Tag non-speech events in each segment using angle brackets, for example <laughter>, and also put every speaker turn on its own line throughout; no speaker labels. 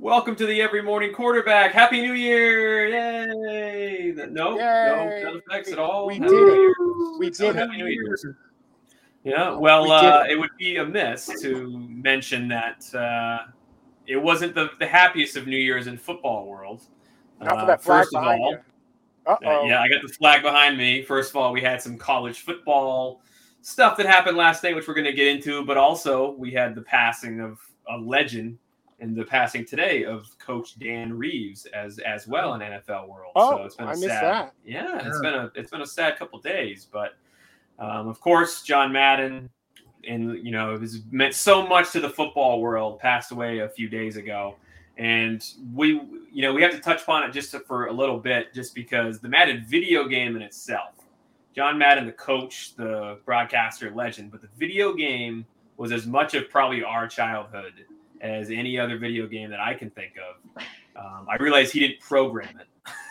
Welcome to the Every Morning Quarterback. Happy New Year! Yay! No,
Yay.
no, no effects at all.
We
Happy
did
New
it.
Year.
We did
Oh,
it.
Happy New Year. Yeah, well,
We did
uh, it would be amiss to mention that uh, it wasn't the, the happiest of New Year's in football world.
Not
Uh,
for that flag
first of
behind
all,
you. Uh
uh,
oh.
yeah, I got the flag behind me. First of all, we had some college football stuff that happened last night, which we're going to get into, but also we had the passing of a legend and the passing today of Coach Dan Reeves as as well in NFL world.
Oh,
so it's been a
I missed
sad,
that.
Yeah, it's
Yeah.
been a it's been a sad couple days, but um, of course John Madden and you know has meant so much to the football world passed away a few days ago and we you know we have to touch upon it just for a little bit just because the madden video game in itself john madden the coach the broadcaster legend but the video game was as much of probably our childhood as any other video game that i can think of um, i realize he didn't program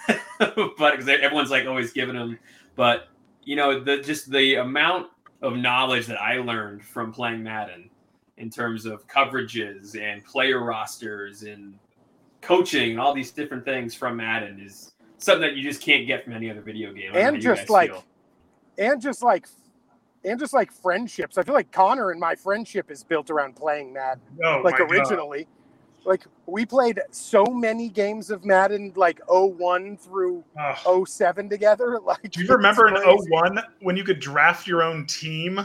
it <laughs> but because everyone's like always giving him but you know the just the amount of knowledge that i learned from playing madden in terms of coverages and player rosters and coaching and all these different things from Madden is something that you just can't get from any other video game. I don't know how
And
you
just
guys
like,
feel.
and just like, and just like friendships. I feel like Connor and my friendship is built around playing Madden.
Oh,
like
my God.
originally. Like we played so many games of Madden, like 01 through
Ugh.
07 together. <laughs> Like,
Ah. Do you
it's
remember in
crazy.
01 when you could draft your own team?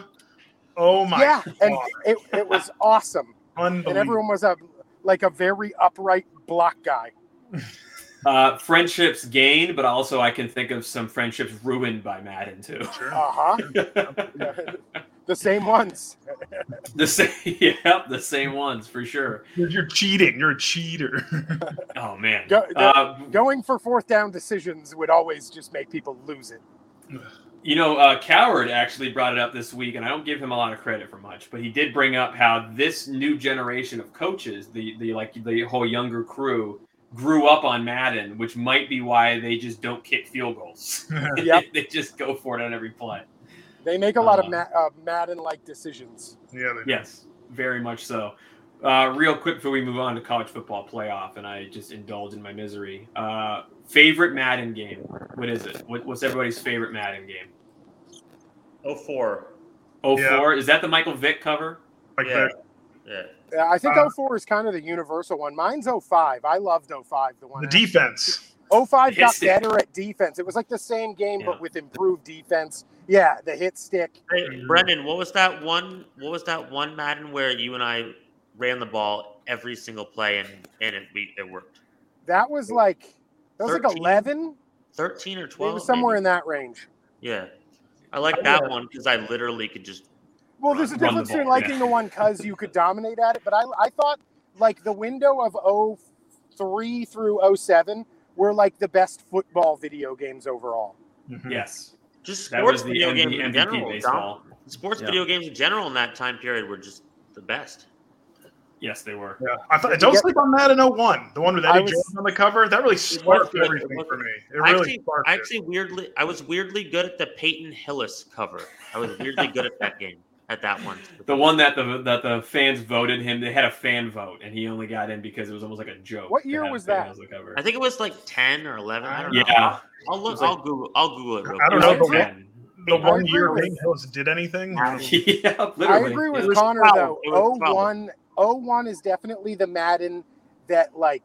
Oh my
Yeah, and
God.
it, it was awesome, and
Unbelievable.
everyone was a like a very upright block guy.
Uh, friendships gained, but also I can think of some friendships ruined by Madden too. <laughs>
Sure.
Uh huh. <laughs> the same ones.
the same, <laughs> yep, the same ones for sure.
You're, you're cheating. You're a cheater. <laughs>
Oh man,
Go- go-
uh,
Going for fourth down decisions would always just make people lose it.
You know, uh, Coward actually brought it up this week, and I don't give him a lot of credit for much, but he did bring up how this new generation of coaches, the the like the whole younger crew, grew up on Madden, which might be why they just don't kick field goals.
<laughs>
<laughs>
Yep.
they just go for it on every play.
They make a lot
Uh-huh.
of ma- uh, Madden-like decisions.
yeah. They,
Yes, very much so. Uh, real quick before we move on to college football playoff, and I just indulge in my misery. Uh, favorite Madden game? What is it? What, what's everybody's favorite Madden game?
Oh four.
Oh
Yeah.
four? Is that the Michael Vick cover?
Like
yeah.
the,
Yeah.
Uh, I think
Uh-huh.
Uh,
04 is kind of the universal one. Mine's 05. I loved 05, the one.
the
I-
defense.
05
Hit
got
stick.
better at defense. It was like the same game,
Yeah.
but with improved defense. Yeah, the hit stick.
Hey,
Mm-hmm.
Brendan, what was that one? What was that one Madden where you and I ran the ball every single play and and it we it worked?
That was like that was like
13?
11.
Thirteen or
It
twelve?
was somewhere in that range.
Yeah, I like that one because I literally could just.
Well, there's a
Run- run the
difference between
ball, yeah.
liking the one because you could dominate at it, but I, I thought like the window of 03 through 07 were like the best football video games overall.
Mhm.
Yes.
Just
That
sports
was the
video
MV-
games in
MVP
general.
baseball.
Dom. Sports
Yeah.
video games in general in that time period were just the best.
Yes, they were.
Yeah. I thought, don't sleep on that in 01. The one with
I
Eddie
was-
Jordan on the cover. That really sparked
good. It
everything
was-
for me. It
I
really
actually,
sparked
I
it.
actually weirdly, I was weirdly good at the Peyton Hillis cover. I was weirdly good at that game, at that one.
The one that the that the fans voted him. They had a fan vote, and he only got in because it was almost like a joke.
What
to
year
have
was
Van
that?
Hals the cover.
I think it was like ten or eleven. I don't know.
yeah,
I'll
It
look.
was like-
I'll Google. I'll Google it. Real
I don't
know,
It was
but
like 10.
The
I
one
agree
year
with-
Rain Hills did anything.
<laughs> yeah, literally.
I agree
Yeah.
with
It was
Connor
foul.
though.
It was foul.
01, 01 is definitely the Madden that like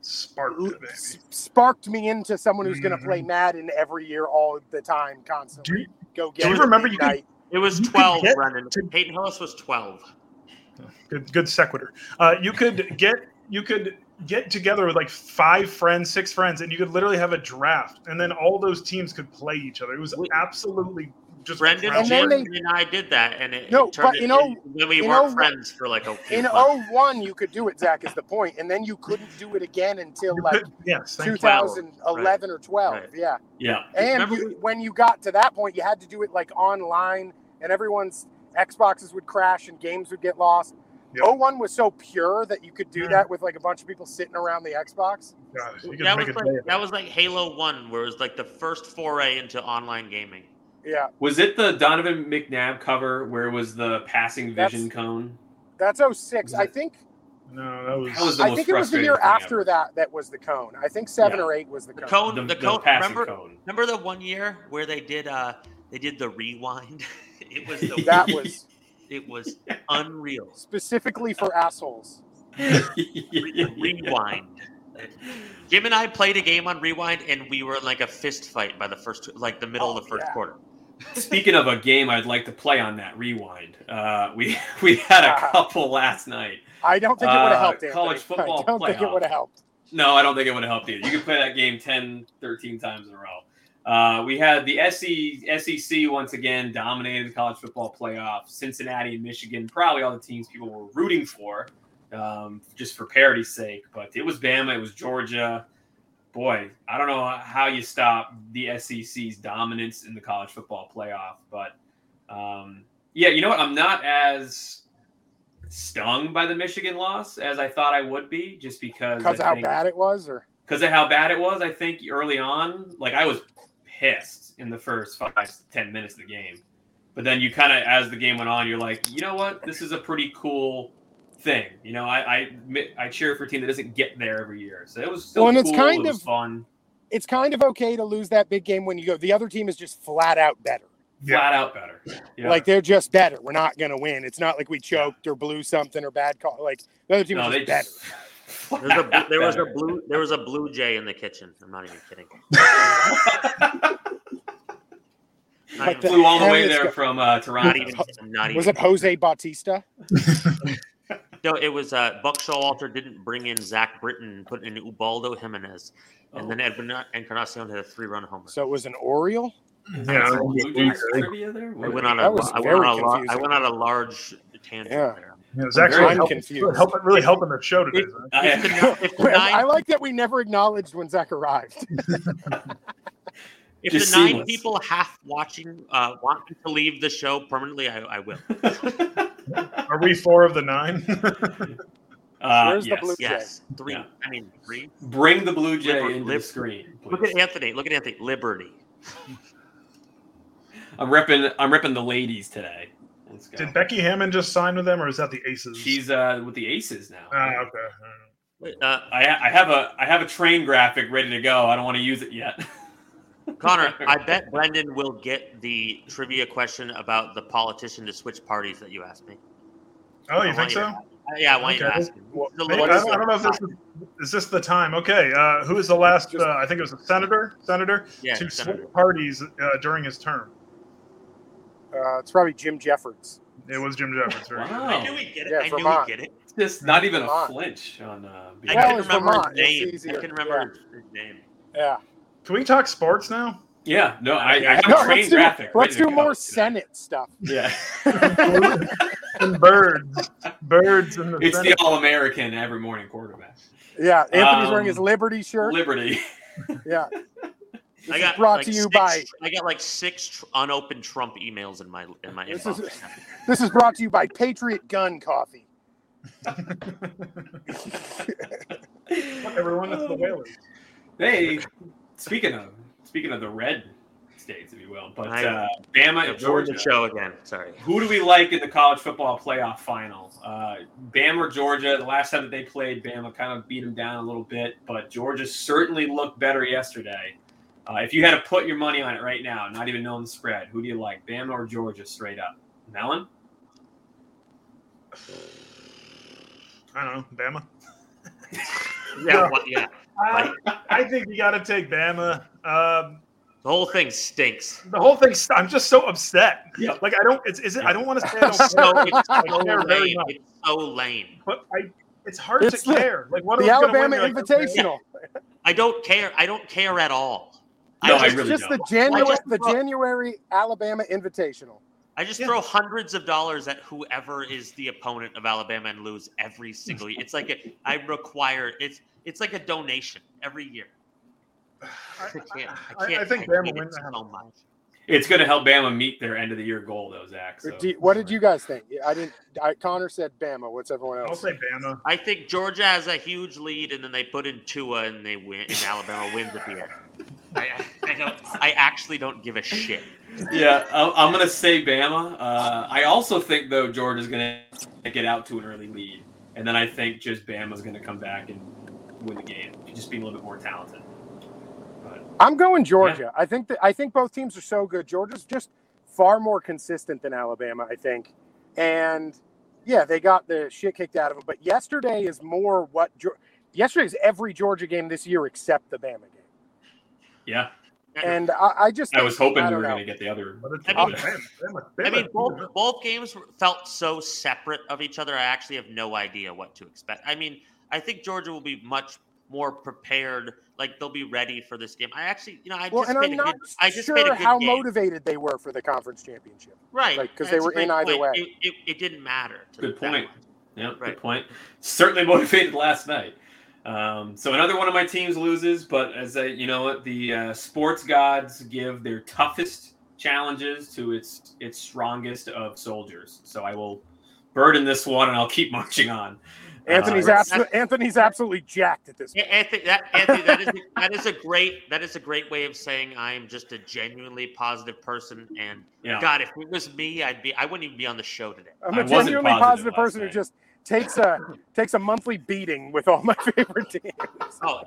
Sparked
l-
it, baby.
s- sparked me into someone who's going
Mhm.
to play Madden every year, all the time,
Do
constantly.
you,
Go
do
get
you
it
remember you could-
midnight.
It was
You could
twelve,
get
Brendan.
to-
Peyton Hillis was twelve.
good, good sequitur. Uh, you could get you could get together with like five friends, six friends, and you could literally have a draft, and then all those teams could play each other. It was
Wait.
absolutely just
Brendan
ground
And then
zero.
they-
Jordan and I did that, and it,
No,
it turned.
but you
it-
know-
then we
you
weren't
know-
friends for like a few
In oh,
months.
01, you could do it, Zach, is the point, and then you couldn't do it again until
You
like
could- yes, thank you.
2011 or 12.
Right.
Yeah,
Yeah,
and
Remember
you,
we-
when you got to that point, you had to do it like online, and everyone's Xboxes would crash and games would get lost.
Yep.
01 was so pure that you could do
Yeah.
that with like a bunch of people sitting around the Xbox.
God, you could
That
make
was
a
like
day of it.
that was like Halo One, where it was like the first foray into online gaming.
Yeah,
was it the Donovan McNabb cover where it was the passing
That's-
vision cone?
that's 06. I think
No, that was.
That was the
I
most
think it was the
frustrating
year
thing
after
ever.
that that was the cone. I think seven
Yeah.
or eight was the cone.
Cone,
The,
Oh, the,
the,
cone.
passing
Remember, <laughs>
cone. <laughs>
remember the one year where they did uh they did the rewind. <laughs> it was
<laughs>
the
<laughs> That was
it was unreal.
specifically for assholes.
Re- rewind. Jim and I played a game on rewind, and we were in like a fist fight by the first, like the middle of the
Oh,
first
yeah.
quarter.
Speaking of a game I'd like to play on that rewind, uh, we <laughs> we had a couple last night.
I don't think it would
Uh,
have helped. Anthony.
college football
<laughs> I don't think it
playoff.
would have helped.
No, I don't think it would have helped either. You could play that game 10, 13 times in a row. Uh, we had the E, SEC, SEC once again dominated the college football playoff. Cincinnati and Michigan, probably all the teams people were rooting for, um, just for parity's sake. But it was Bama, it was Georgia. Boy, I don't know how you stop the SEC's dominance in the college football playoff. But um, yeah, you know what? I'm not as stung by the Michigan loss as I thought I would be, just because
Because of
I
how
think-
bad it was, or
because of how bad it was. I think early on, like I was pissed in the first five ten minutes of the game, but then you kind of as the game went on, you're like, you know what, this is a pretty cool thing. You know, I I, I cheer for a team that doesn't get there every year, so it was still
Well, and it's
cool,
kind
it was
of-
fun,
it's kind of okay to lose that big game when you go. The other team is just flat out better.
Yeah.
flat out better. Yeah.
Like they're just better. We're not gonna win. It's not like we choked or blew something or bad call. Like the other team
no,
was
they
just better.
just <laughs>
There was, a,
flat
there was a
better.
blue there was a blue jay in the kitchen. I'm not even kidding. Not
Like
even,
<laughs> flew all the
hell
way
is
there
go-
from uh,
not
Toronto.
even, I'm not even
Was it Jose Bautista?
No, it was uh, Buck Showalter didn't bring in Zach Britton, put in Ubaldo Jimenez,
Oh.
and then Edwin Encarnacion had a three-run homer.
So it was an Oriole.
Yeah.
Blue Jays trivia there.
I
What-
went on a,
That was
I went on
very
a, lar- I
confusing.
went on a large tangent
Yeah.
there.
Yeah, Zach's
I'm
really helping,
confused.
helping, really helping the show today.
It-
Zach.
<laughs> I-
If the,
<laughs>
if the
Well, <laughs> I
nine,
like that we never acknowledged when Zach arrived.
if
just
the nine
seamless.
people half watching uh, want me to leave the show permanently, I, I will.
Are we four of the nine? <laughs>
Uh,
Where's the
yes.
blue-
Yes, three.
Yeah.
I mean, three.
Bring the Blue Jay
Liber-
into
lib-
the screen. Please.
Look at Anthony. Look at Anthony. Liberty.
I'm ripping. I'm ripping the ladies today. Let's go.
Did Becky Hammond just sign with them, or is that the Aces?
She's uh, with the Aces now.
Ah, okay. All right.
Uh,
I, I have a I have a train graphic ready to go. I don't want to use it yet. <laughs>
<laughs> Connor, I bet Brendan will get the trivia question about the politician to switch parties that you asked me.
Oh, you
I
think
want you
so?
to- yeah, I want you to
Okay.
ask him.
Well,
This is a
Maybe,
little-
I, don't, I don't know if this is, is this the time. Okay, uh, who is the last? Uh, I think it was a senator. Senator
yeah,
to
Senator.
switch parties uh, during his term.
Uh, it's probably Jim Jeffords.
It was Jim Jeffords. <laughs> right?
Wow.
I knew he'd get it.
Yeah,
I knew
Vermont.
he'd get it.
It's just not even a
Vermont.
flinch on. Uh,
I
being-
Well,
couldn't
it's
remember
Vermont. It's
his name. I
easier.
can remember his name.
Yeah.
Can we talk sports <laughs> now?
yeah, no, I, I have
No,
a train
<laughs> let's do,
graphic.
let's
ready to
do
go
more
today.
Senate stuff.
Yeah,
<laughs>
and birds, birds in the
it's the
Senate.
All American every morning quarterback.
Yeah. Anthony's wearing
Um,
his Liberty shirt.
Liberty.
yeah.
I got
brought
like
to you
six-
by-
I got like six tr- unopened Trump emails in my in my
This
inbox.
is- This is brought to you by Patriot Gun Coffee.
Look, everyone, it's
<laughs>
the Whalers.
Hey, speaking of speaking of the red states, if you will, but
I-
uh, Bama
Yeah,
and
we're in
Georgia.
the show again. Sorry.
<laughs>
Who do we like in the college football playoff final? Uh, Bama or Georgia? The last time that they played, Bama kind of beat them down a little bit, but Georgia certainly looked better yesterday. Uh, if you had to put your money on it right now, not even knowing the spread, who do you like, Bama or Georgia, straight up? Melon?
I don't know, Bama.
Yeah, what, yeah.
I, I think you got to take Bama. Um,
The whole thing stinks.
the whole thing. I'm just so upset.
Yeah.
Like I don't. It's, is it? I don't want to say I don't care.
<laughs> So
<laughs>
it's
I
so
care very
lame.
much.
It's so lame.
but I, it's hard
It's
to
the-
care. Like what
The
are we gonna
Alabama
win? Like,
Invitational.
I don't care. I don't care at all.
No,
I
I
just,
really
just the
don't.
January,
just
the
look?
January Alabama Invitational.
I just throw hundreds of dollars at whoever is the opponent of Alabama and lose every single year. It's like a, I require it's it's like a donation every year. I
okay.
can't. I
I-
can't.
I think
hate
Bama
it
wins that.
so much.
It's going to help Bama meet their end of the year goal, though, Zach. So.
Do you- what did you guys think? Yeah, I didn't. I, Connor said Bama. What's everyone
I'll
else?
say Bama.
I think Georgia has a huge lead, and then they put in Tua, and they win, and Alabama wins at the end. I, I, I don't. I actually don't give a shit.
yeah, I- I'm going to say Bama. Uh, I also think though Georgia's going to get out to an early lead. and then I think just Bama's going to come back and win the game, just being a little bit more talented.
I'm going Georgia. I think that I think both teams are so good. Georgia's just far more consistent than Alabama, I think. And yeah, they got the shit kicked out of them. But yesterday is more what Geor- yesterday's every Georgia game this year except the Bama game.
Yeah,
And I, I just
I was hoping
I
we
don't
were
know.
going to get the other.
But it's-
I
mean-
Bama- Bama-
I mean,
Bama-
both both games felt so separate of each other. I actually have no idea what to expect. I mean, I think Georgia will be much more prepared. Like they'll be ready for this game. I actually, you know, I
well,
just
and
made <laughs>
I'm
a good.
not
I just made a
sure
good
how
game.
motivated they were for the conference championship.
right?
like, 'cause they
that's a
were in
great
either
point.
way.
It, it, it didn't matter. To
Good
them that
point. Yeah,
Right.
good point. Certainly motivated <laughs> last night. Um, so another one of my teams loses, but as I, you know, what the uh, sports gods give their toughest challenges to its its strongest of soldiers. So I will burden this one, and I'll keep <laughs> marching on.
Anthony's
Uh,
right.
abso- Anthony's absolutely jacked at this
Yeah, Anthony, that, Anthony, that is a, that is a great that is a great way of saying I am just a genuinely positive person. And
yeah.
God, if it was me, I'd be I wouldn't even be on the show today.
I'm
I
a
wasn't
genuinely
positive
positive,
last
person who
night.
just takes a <laughs> takes a monthly beating with all my <laughs> favorite teams.
Oh,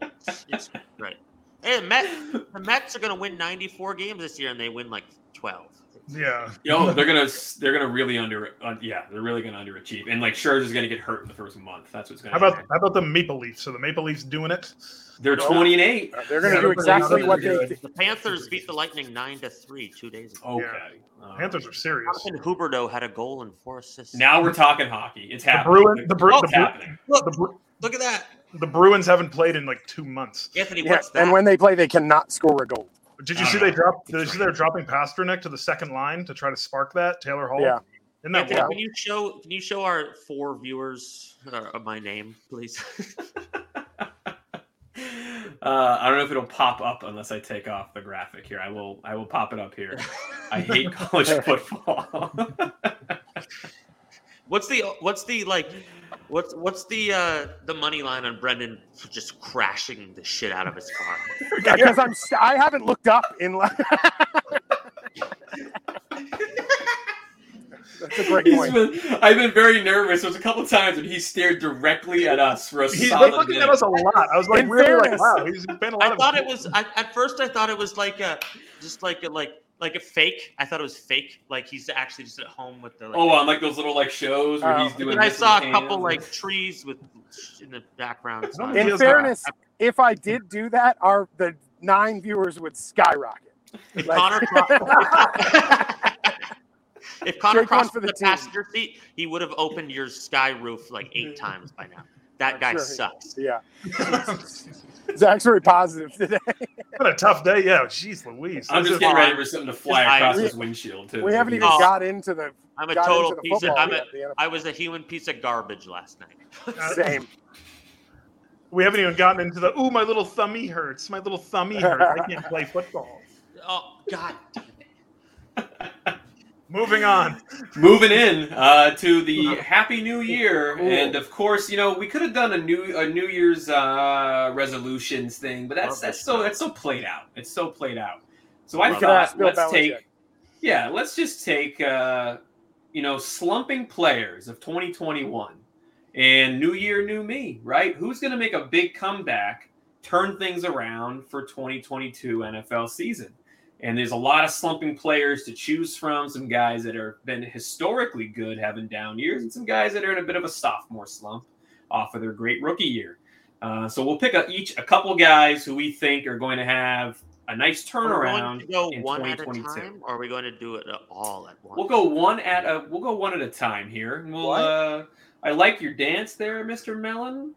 it's right. Hey, the Mets, the Mets are going to win 94 games this year, and they win like 12.
yeah.
Yo, they're gonna they're gonna really under uh, yeah they're really gonna underachieve and like Scherzer's gonna get hurt in the first month. That's what's gonna
How about
happen.
how about the Maple Leafs? Are the Maple Leafs doing it?
They're twenty and eight.
They're going to
Yeah,
do
they're
exactly
gonna
what
do
they
it.
did.
The Panthers beat the Lightning nine to three two days ago.
Okay, Um,
Panthers are serious.
Jonathan Huberto had a goal and four assists.
Now we're talking hockey. It's
The
happening.
Bruins, the, Bru-
Oh,
the,
it's happening.
look,
Bru- the, Bru-
look at that,
the Bruins haven't played in like two months.
Anthony.
Yeah,
What's that?
and when they play, they cannot score
<laughs>
a goal.
Did you
I
see
don't
they
know.
drop? Did you see they're dropping Pasternak to the second line to try to spark that Taylor Hall?
Yeah.
Isn't that
Anthony,
wild?
can you show can you show our four viewers uh, my name, please? <laughs>
Uh, I don't know if it'll pop up unless I take off the graphic here. I will. I will pop it up here.
<laughs>
I hate college football.
what's the what's the like what's what's the uh the money line on Brendan just crashing the shit out of his car?
Because I'm st- I haven't looked up in like. <laughs> That's a great
He's
point.
been- I've been very nervous. There was a couple of times when he stared directly at us for a
He's been
solid
looking
minute.
at us a lot. I was like,
In
really, like,
fairness-
wow, he's been a lot
I
of.
thought it was I, at first I thought it was like a just like a like like a fake. I thought it was fake. Like he's actually just at home with the like,
Oh, on like those little like shows where
Oh.
he's doing.
and I
this with
saw a
his
couple
hands.
like trees with in the background. So I-
It-
In
Feels
fairness, if I did do that, our the nine viewers would skyrocket.
If
Like-
Connor,
<laughs>
Cro- if Connor
Drink one
crossed
for
the,
the team.
passenger seat, he would have opened your sky roof like eight times by now. That guy
Mm-hmm. Sure.
sucks.
<laughs>
Yeah,
it's
Zach's very positive today.
been a tough day. Yeah, jeez, Louise.
I'm just
This is-
getting ready for something to fly
His eyes.
across his windshield. Too.
We haven't even
Oh.
got into the
I'm a
got
total
into the
piece of.
football
I'm a,
yet, the
I was a human piece of garbage last night. <laughs>
uh,
Same.
we haven't even gotten into the. Ooh, my little thummy hurts. My little thummy hurts.
<laughs>
I can't play football.
Oh God! damn it.
Moving on.
Moving in uh, to the Happy New Year, and of course, you know we could have done a new a New Year's uh, resolutions thing, but that's
Love
that's
this
so
guy.
that's so played out. It's so played out. So I
Love
that.
thought
Bill
let's
Belichick.
take yeah, let's just take uh, you know slumping players of 2021 and New Year, New Me, right? Who's going to make a big comeback, turn things around for 2022 NFL season? And there's a lot of slumping players to choose from. Some guys that are been historically good having down years, and some guys that are in a bit of a sophomore slump off of their great rookie year. Uh, so we'll pick a, each a couple guys who we think are going to have a nice
Are we going
turnaround
to go
in
one at a
2022.
time, or are we going to do it all at once?
We'll go one at a. We'll go one at a time here, and we'll.
What?
Uh, I like your dance there, Mister Mellon.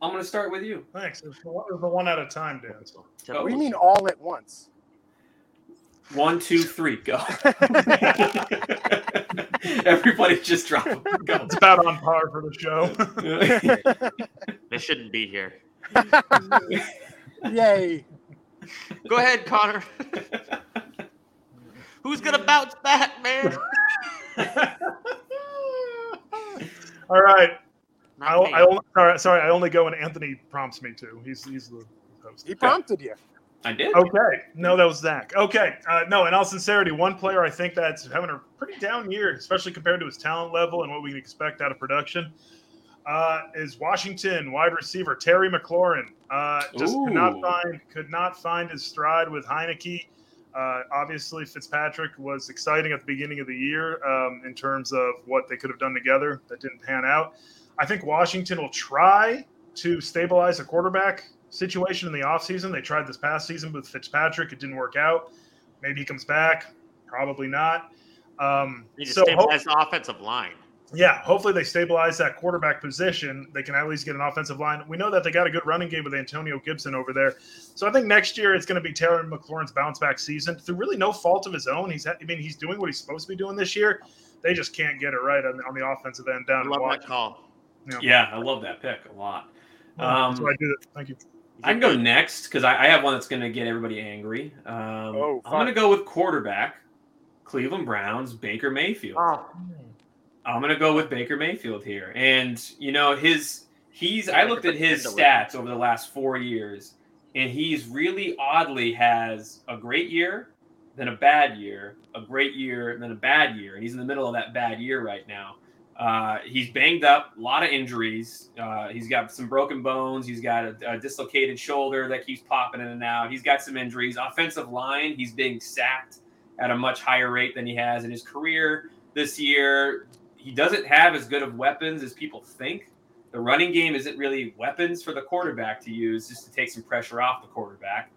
I'm gonna start with you.
Thanks. It was the one- it was the one at a time dance.
Oh.
What do you mean all at once?
One, two, three, go. <laughs> Everybody, just drop. 'em. Go.
It's about on par for the show.
They shouldn't be here.
Yay.
Go ahead, Connor. <laughs> Who's gonna bounce back, man?
<laughs>
All right.
Not
I,
me.
I only, sorry, sorry, I only go when Anthony prompts me to. He's he's the host.
He prompted you.
I did.
Okay. No, that was Zach. Okay. Uh, no, in all sincerity, one player I think that's having a pretty down year, especially compared to his talent level and what we can expect out of production. Uh, uh, is Washington wide receiver Terry McLaurin. Uh, just could not
Ooh.
find could not find his stride with Heineke. Uh, obviously, Fitzpatrick was exciting at the beginning of the year um, in terms of what they could have done together. That didn't pan out. I think Washington will try to stabilize the quarterback situation in the offseason. They tried this past season with Fitzpatrick. It didn't work out. Maybe he comes back. Probably not. Um,
They just
so hope-
stabilize the offensive line.
yeah, hopefully they stabilize that quarterback position. They can at least get an offensive line. We know that they got a good running game with Antonio Gibson over there. So I think next year it's going to be Taylor McLaurin's bounce back season through really no fault of his own. He's, I mean, he's doing what he's supposed to be doing this year. They just can't get it right on the, on the offensive end
I
down in
love that
Washington.
call.
Yeah, I love that pick a lot. Um,
so I do that. Thank you.
I can go next because I, I have one that's going to get everybody angry. Um,
Oh,
I'm going to go with quarterback, Cleveland Browns, Baker Mayfield.
Oh,
I'm going to go with Baker Mayfield here, and you know his he's. I looked at his
Pretend to win.
stats over the last four years, and he's really oddly has a great year, then a bad year, a great year, and then a bad year, and he's in the middle of that bad year right now. Uh, he's banged up, a lot of injuries. Uh, he's got some broken bones. He's got a, a dislocated shoulder that keeps popping in and out. He's got some injuries. Offensive line, he's being sacked at a much higher rate than he has in his career this year. He doesn't have as good of weapons as people think. The running game isn't really weapons for the quarterback to use just to take some pressure off the quarterback.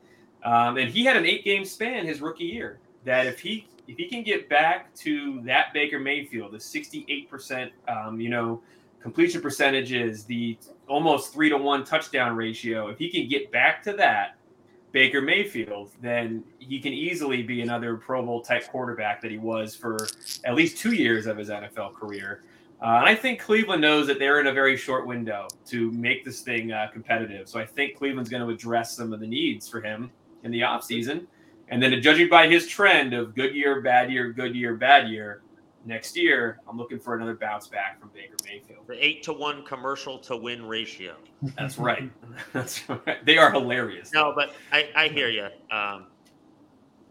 Um, and he had an eight-game span his rookie year. That if he if he can get back to that Baker Mayfield, the sixty-eight percent, um, you know, completion percentages, the almost three to one touchdown ratio, if he can get back to that Baker Mayfield, then he can easily be another Pro Bowl type quarterback that he was for at least two years of his NFL career. Uh, and I think Cleveland knows that they're in a very short window to make this thing uh, competitive. So I think Cleveland's going to address some of the needs for him in the offseason. And then, judging by his trend of good year, bad year, good year, bad year, next year, I'm looking for another bounce back from Baker Mayfield.
the eight to one commercial to win ratio.
That's right. <laughs> That's right. They are hilarious.
No, but I, I hear you. Um,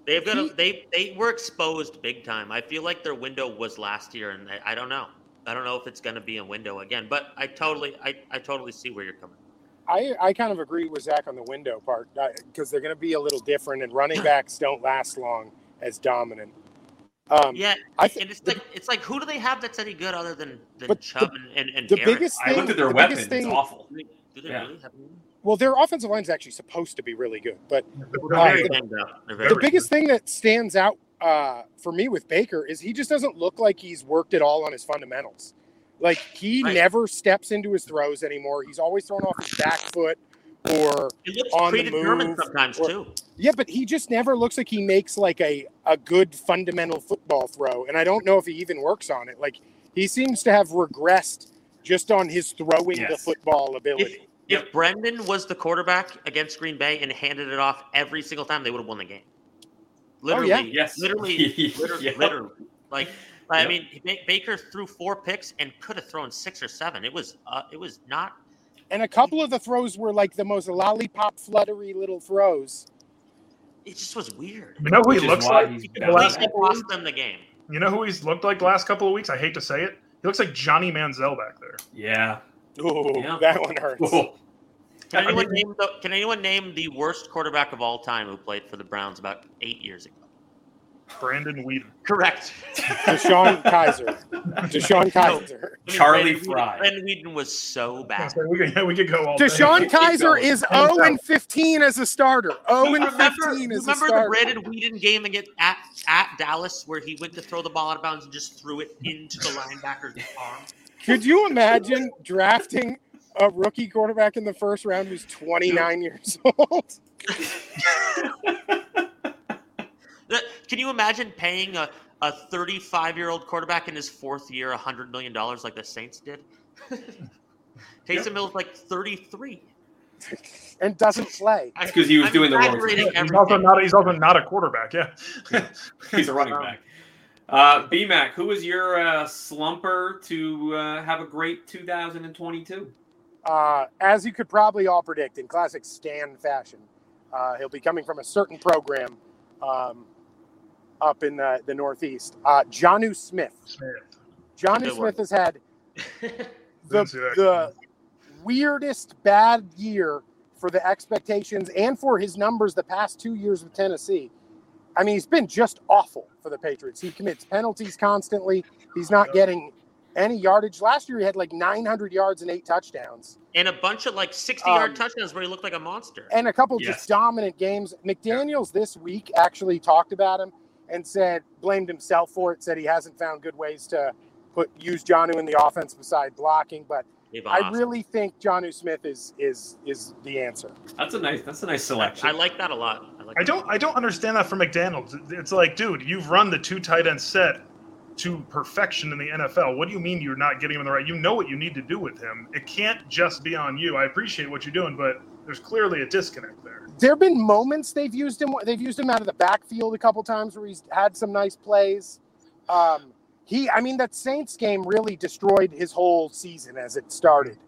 they've got a, they they were exposed big time. I feel like their window was last year, and I, I don't know. I don't know if it's going to be a window again. But I totally I, I totally see where you're coming. from.
I, I kind of agree with Zach on the window part because they're going to be a little different, and running backs don't last long as dominant. Um,
Yeah,
I th-
and it's like it's like who do they have that's any good other than than
But
Chubb and and, and
the
Garrett?
biggest
I
thing,
looked at their
the
weapon.
biggest
It's
thing,
awful.
Do they- do they
Yeah.
really have? any?
well, their offensive line is actually supposed to be really good, but
They're
Uh,
very
the-
banged up. They're very
the biggest thing that stands out uh, for me with Baker is he just doesn't look like he's worked at all on his fundamentals. Like he
Right.
never steps into his throws anymore. He's always thrown off his back foot or
It looks
on the
predetermined
move,
sometimes
or-
too.
Yeah, but he just never looks like he makes like a, a good fundamental football throw. And I don't know if he even works on it. Like he seems to have regressed just on his throwing the
Yes.
football ability.
If, if Brendan was the quarterback against Green Bay and handed it off every single time, they would have won the game. Literally,
Oh, yeah.
Yes. <laughs>
literally, literally,
Yep.
literally. Like, I
Yep.
mean, Ba- Baker threw four picks and could have thrown six or seven. It was, uh, it was not.
And a couple of the throws were like the most lollipop fluttery little throws.
It just was weird.
You know who he
Which is
looks
why
like?
he's
The
bad.
last
They
Like-
couple of
lost
weeks?
them the game.
You know who he's looked like the last couple of weeks? I hate to say it. He looks like Johnny Manziel back there.
Yeah.
Ooh,
Yeah.
that one hurts.
Oh,
Can
<laughs>
anyone name the, Can anyone name the worst quarterback of all time who played for the Browns about eight years ago?
Brandon Whedon.
Correct.
Deshaun Kaiser. Deshaun Kaiser.
Charlie
Brandon Whedon-
Fry.
Brandon Whedon was so
I
bad.
was like, we could, yeah, we could go all day.
Deshaun Kaiser
going.
is 0 and 15 as a starter. 0 and
remember,
15 as a
remember the
starter.
Brandon Whedon game against at, at Dallas where he went to throw the ball out of bounds and just threw it into the linebacker's arm?
Could you imagine drafting a rookie quarterback in the first round who's 29 years <laughs> old?
That- Can you imagine paying a, a 35 year old quarterback in his fourth year $100 million like the Saints did? <laughs> Taysom Hill's like 33.
And doesn't play.
I-
because he was
I'm
doing the wrong
exaggerating
thing.
He's also
everything.
not. He's also not a quarterback. Yeah.
He's a running back. Uh, BMAC, who was your uh, slumper to uh, have a great 2022?
Uh, as you could probably all predict in classic Stan fashion, uh, he'll be coming from a certain program um, up in the, the Northeast. Uh, Jonu Smith.
Smith.
Jonu
<laughs> Good one.
Smith has had the, the weirdest bad year for the expectations and for his numbers the past two years with Tennessee. I mean, he's been just awful for the Patriots. He commits penalties constantly. He's not getting any yardage. Last year, he had like 900 yards and eight touchdowns.
And a bunch of like 60 yard um, touchdowns where he looked like a monster.
And a couple yes. just dominant games. McDaniels this week actually talked about him and said, blamed himself for it, said he hasn't found good ways to put use Jonu in the offense beside blocking. But I really think Jonu Smith is is is the answer.
That's a nice that's a nice selection.
I like that a lot.
I, like I don't I don't understand that for McDaniels. It's like, dude, you've run the two tight end set to perfection in the NFL. What do you mean you're not getting him in the right? You know what you need to do with him. It can't just be on you. I appreciate what you're doing, but there's clearly a disconnect there.
There have been moments they've used him. They've used him out of the backfield a couple times where he's had some nice plays. Um, he, I mean, that Saints game really destroyed his whole season as it started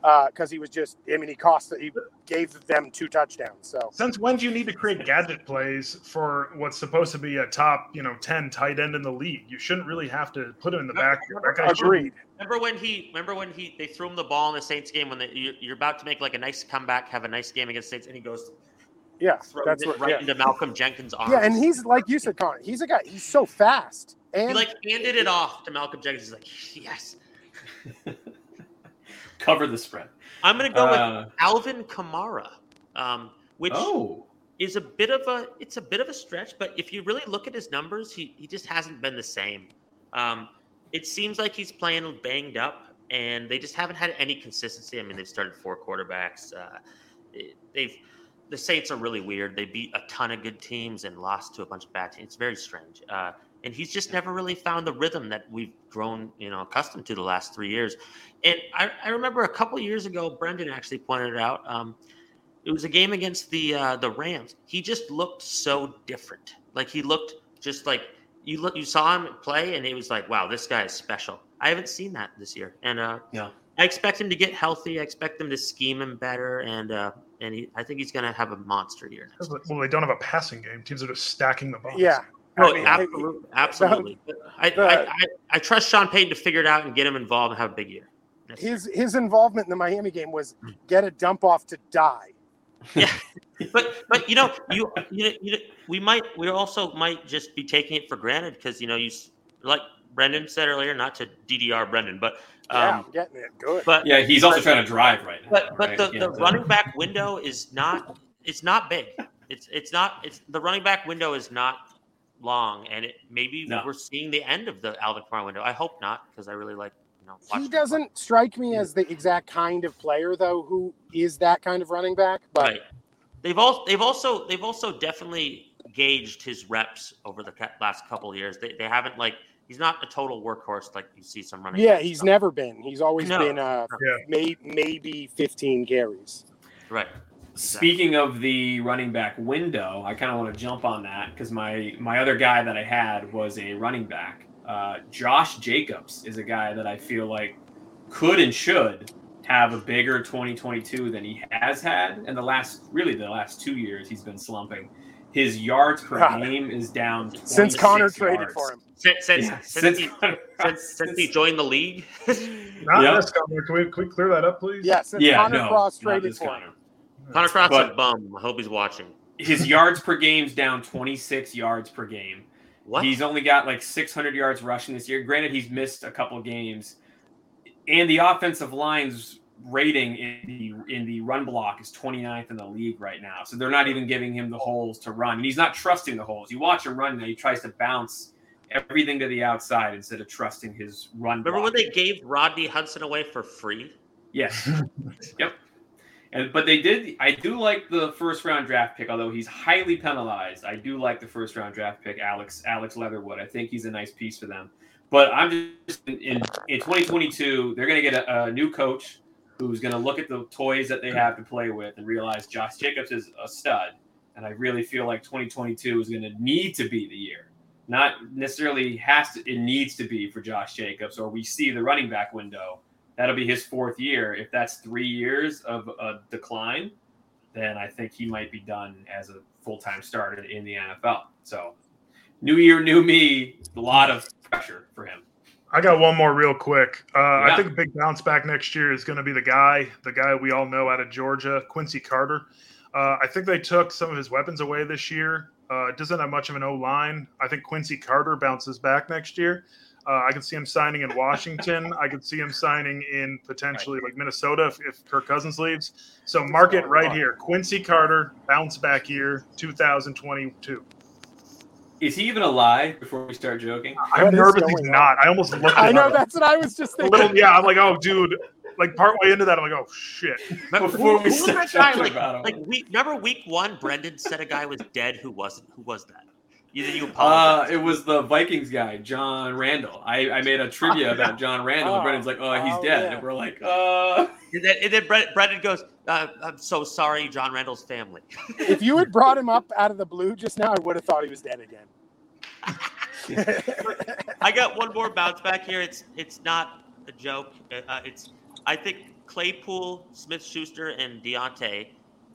because uh, he was just. I mean, he cost. He gave them two touchdowns. So
since when do you need to create gadget plays for what's supposed to be a top, you know, ten tight end in the league? You shouldn't really have to put him in the back.
Agreed.
Remember when he? Remember when he? They threw him the ball in the Saints game when they, you, are about to make like a nice comeback, have a nice game against Saints, and he goes.
Yeah, that's
what, right yeah. into Malcolm Jenkins' arms.
Yeah, and he's like you said, Connor. He's a guy. He's so fast. And
he like handed it off to Malcolm Jenkins. He's like, yes.
cover the spread.
I'm going to go uh, with Alvin Kamara, um, which oh. is a bit of a it's a bit of a stretch, but if you really look at his numbers, he he just hasn't been the same. Um, it seems like he's playing banged up, and they just haven't had any consistency. I mean, they've started four quarterbacks. Uh, they've the Saints are really weird. They beat a ton of good teams and lost to a bunch of bad teams. It's very strange. Uh, and he's just never really found the rhythm that we've grown you know accustomed to the last three years and i, I remember a couple years ago brendan actually pointed it out um, it was a game against the uh, the rams he just looked so different like he looked just like you look you saw him play and it was like wow this guy is special i haven't seen that this year and uh,
yeah
i expect him to get healthy i expect him to scheme him better and uh, and he, I think he's going to have a monster year.
Next well, they don't have a passing game. Teams are just stacking the box.
Yeah,
Oh, I mean, absolutely, absolutely. The, I, the, I, I, I, trust Sean Payton to figure it out and get him involved and have a big year.
That's his it. his involvement in the Miami game was get a dump off to die.
Yeah, but but you know you, you you we might we also might just be taking it for granted because you know you like Brendan said earlier, not to DDR Brendan, but um,
yeah, I'm it. Good.
But yeah, he's also but, trying to drive right now.
But
right?
but the, yeah, the so. running back window is not it's not big. It's it's not it's the running back window is not long, and it, maybe no. we're seeing the end of the Alvin Kamara window. I hope not, because I really like. You know,
he doesn't play. strike me as the exact kind of player, though, who is that kind of running back. But right.
they've all they've also they've also definitely gauged his reps over the last couple years. They they haven't like he's not a total workhorse like you see some running.
Yeah, he's stuff. never been. He's always no. been uh, yeah. may, maybe fifteen carries.
Right.
Speaking of the running back window, I kind of want to jump on that because my my other guy that I had was a running back. Uh, Josh Jacobs is a guy that I feel like could and should have a bigger 2022 than he has had in the last really the last two years. He's been slumping. His yards per God. game is down
since Connor yards. traded for him.
Since since, yeah, since, since, he, since, <laughs> since, he joined the league. <laughs>
not yep. this Connor. Can we, can we clear that up, please?
Yeah, since yeah, Connor no, Cross traded for Connor. him.
Connor Cross but, a bum. I hope he's watching.
His yards per game's down 26 yards per game.
What?
He's only got like 600 yards rushing this year. Granted, he's missed a couple games, and the offensive line's rating in the in the run block is 29th in the league right now. So they're not even giving him the holes to run, and he's not trusting the holes. You watch him run now; he tries to bounce everything to the outside instead of trusting his run.
Remember block. when they gave Rodney Hudson away for free?
Yes. yep. And, but they did. I do like the first round draft pick, although he's highly penalized. I do like the first round draft pick, Alex Alex Leatherwood. I think he's a nice piece for them. But I'm just in in, in 2022, they're going to get a, a, new coach who's going to look at the toys that they have to play with and realize Josh Jacobs is a stud. And I really feel like 2022 is going to need to be the year. Not necessarily has to. It needs to be for Josh Jacobs, or we see the running back window that'll be his fourth year. If that's three years of a decline, then I think he might be done as a full time starter in the NFL. So, new year, new me, a lot of pressure for him.
I got one more real quick. Uh, yeah. I think a big bounce back next year is going to be the guy, the guy we all know out of Georgia, Quincy Carter. Uh, I think they took some of his weapons away this year. Uh, doesn't have much of an O line. I think Quincy Carter bounces back next year. Uh, I can see him signing in Washington. I could see him signing in potentially right. like Minnesota if, if Kirk Cousins leaves. So mark it right here. Quincy Carter bounce back year 2022.
Is he even alive before we start joking? Uh,
I'm what nervous he's on? not. I almost
<laughs>
looked
I know up. that's what I was <laughs> just thinking.
Little, yeah, I'm like, oh dude, like partway into that, I'm like, oh shit.
Remember, before we start talking like, about him. Like week remember week one, Brendan said a guy was dead who wasn't. Who was that?
Uh, it was the Vikings guy, John Randall. I, I made a trivia oh, about John Randall. Oh, and Brendan's like, oh, he's oh, dead. Yeah. And we're like, uh.
And then, and then Brendan goes, uh, I'm so sorry, John Randall's family.
if you had brought him up out of the blue just now, I would have thought he was dead <laughs>
again. I got one more bounce back here. It's it's not a joke. Uh, it's I think Claypool, Smith Schuster, and Deontay.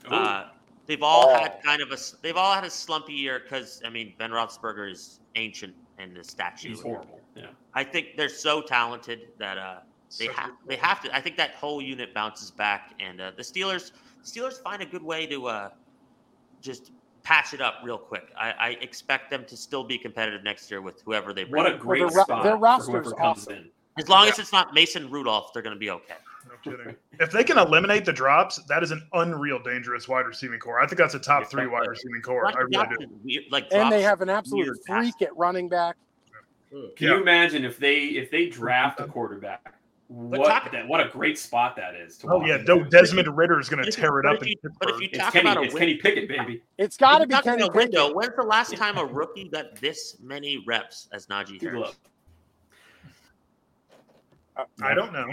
Uh, they've all oh. had kind of a they've all had a slumpy year because I mean Ben Roethlisberger is ancient and the statue.
He's horrible. Yeah.
I think they're so talented that uh, they so have cool. they have to. I think that whole unit bounces back, and uh, the Steelers the Steelers find a good way to uh, just patch it up real quick. I, I, expect them to still be competitive next year with whoever they bring.
What a great well, their, spot!
Their roster's awesome. In.
As long yeah. as it's not Mason Rudolph, they're going to be okay.
No kidding. If they can eliminate the drops, that is an unreal dangerous wide receiving core. I think that's a top yeah, three wide receiving core. I really do.
Weird, like and they have an absolute freak at running back.
Can yeah. you imagine if they if they draft a quarterback? What that, what a great spot that is.
oh yeah, no, Desmond Ritter is going to tear it up.
You,
in
but if you talk Kenny, about a
it's Kenny Pickett, baby,
it's got to be Kenny Pickett.
Window. When's the last
<laughs>
time a rookie got this many reps as Najee Harris? Look.
Uh, I don't know.